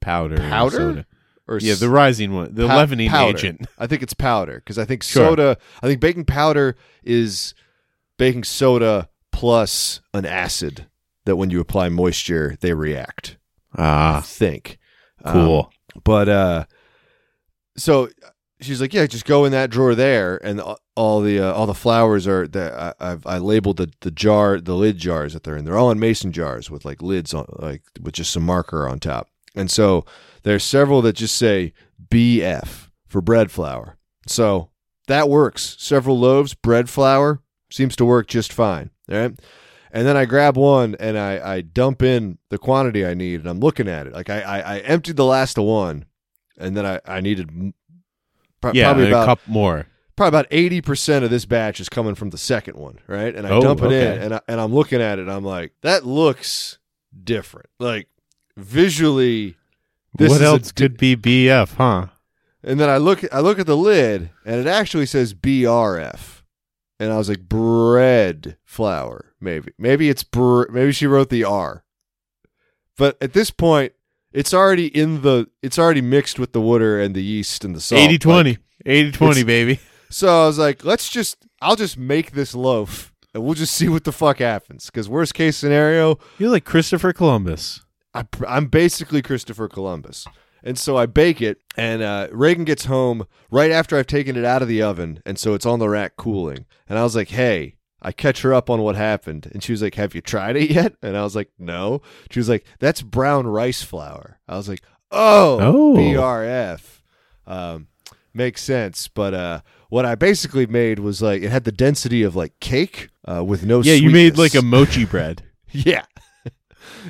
powder. and Powder? soda. or Yeah, s- the rising one. The pow- leavening powder. agent. I think it's powder because I think Sure. soda. I think baking powder is baking soda plus an acid that when you apply moisture they react. I Ah, think Um, cool. but uh, so she's like, yeah, just go in that drawer there, and a- all the uh, all the flowers are that I, I've I labeled the the jar the lid jars that they're in. They're all in mason jars with like lids on like with just some marker on top. And so there's several that just say BF for bread flour. So that works. Several loaves, bread flour seems to work just fine. All right. And then I grab one and I, I dump in the quantity I need and I'm looking at it. Like I, I, I emptied the last of one and then I, I needed m- pro- yeah, probably and a about cup more. probably about eighty percent of this batch is coming from the second one, right? And I Oh, dump it in, okay. and I, and I'm looking at it, and I'm like, that looks different. Like visually, this what is a else di- could be BF, huh? and then I look I look at the lid, and it actually says BRF, and I was like, bread flour, maybe, maybe it's br- maybe she wrote the R, but at this point. It's already in the. It's already mixed with the water and the yeast and the salt. 80 Like, 20. 80 20, baby. so I was like, let's just, I'll just make this loaf and we'll just see what the fuck happens. Because worst case scenario, You're like Christopher Columbus. I, pr- I'm basically Christopher Columbus. And so I bake it, and uh, Reagan gets home right after I've taken it out of the oven. And so it's on the rack cooling. And I was like, hey, I catch her up on what happened. And she was like, have you tried it yet? And I was like, no. She was like, that's brown rice flour. I was like, oh, Oh. BRF. Um, makes sense. But uh, what I basically made was like, it had the density of like cake uh, with no yeah, you made sweetness. like a mochi bread. Yeah.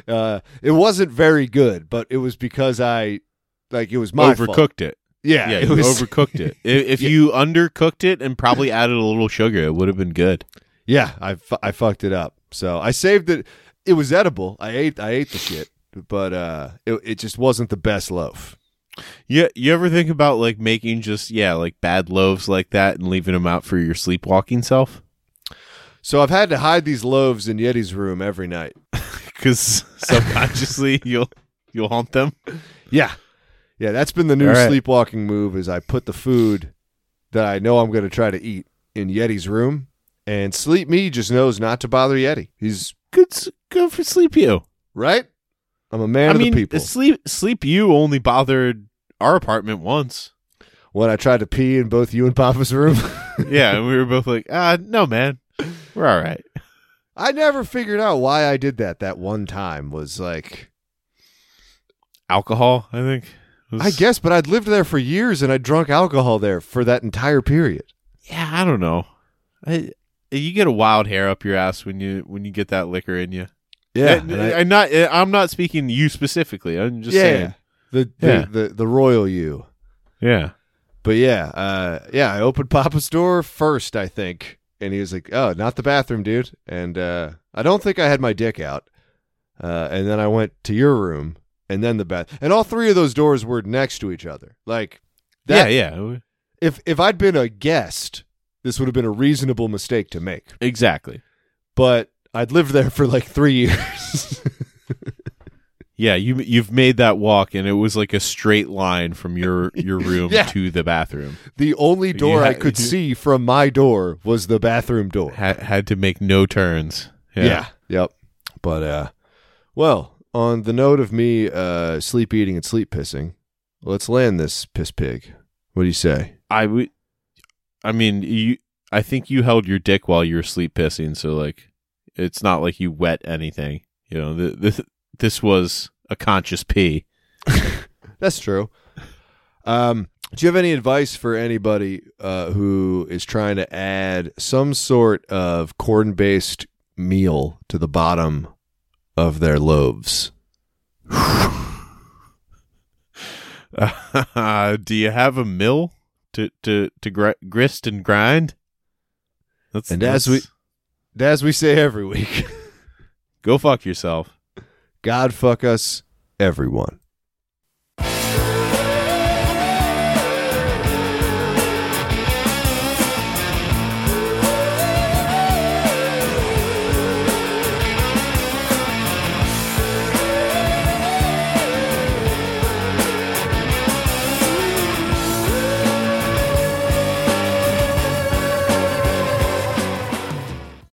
Uh, it wasn't very good, but it was because I like it was my fault. overcooked it. Yeah, Yeah, it you was overcooked it. I- If, if Yeah. you undercooked it and probably added a little sugar, it would have been good. Yeah, I, fu- I fucked it up. So I saved it. It was edible. I ate I ate the shit, but uh, it it just wasn't the best loaf. Yeah, you ever think about like making just yeah like bad loaves like that and leaving them out for your sleepwalking self? So I've had to hide these loaves in Yeti's room every night. Because subconsciously you'll you'll haunt them. Yeah, yeah. That's been the new All right. sleepwalking move. Is I put the food that I know I'm going to try to eat in Yeti's room, and Sleep Me just knows not to bother Yeti. He's Good, s- good for sleep you. right. I'm a man I of mean, the people. sleep sleep you only bothered our apartment once. When I tried to pee in both you and Papa's room, yeah, and we were both like, ah, no, man, we're all right. I never figured out why I did that. That one time was like. Alcohol, I think. was- I guess, but I'd lived there for years and I drunk alcohol there for that entire period. Yeah, I don't know. I, you get a wild hair up your ass when you when you get that liquor in you. And And I- I'm not. eh, I'm not speaking you specifically. I'm just Yeah. saying. the, the, Yeah. the the royal you. Yeah. But yeah, uh, yeah, I opened Papa's door first, I think, and he was like, "Oh, not the bathroom, dude." And uh, I don't think I had my dick out. Uh, and then I went to your room, and then the bath, and all three of those doors were next to each other. Like, that, yeah. Yeah. If if I'd been a guest, this would have been a reasonable mistake to make. Exactly. But I'd lived there for like three years. Yeah. You you've made that walk, and it was like a straight line from your your room Yeah. to the bathroom. The only door I had- could see from my door was the bathroom door. Had had to make no turns. Yep. But uh well, on the note of me uh sleep eating and sleep pissing, let's land this piss pig. What do you say? I would. I mean, you. I think you held your dick while you were sleep pissing, so like, it's not like you wet anything. You know, th- this this was a conscious pee. That's true. Um do you have any advice for anybody uh, who is trying to add some sort of corn-based meal to the bottom of their loaves? do you have a mill to to to gr- grist and grind? That's, And as that's- As we say every week, go fuck yourself. God fuck us, everyone.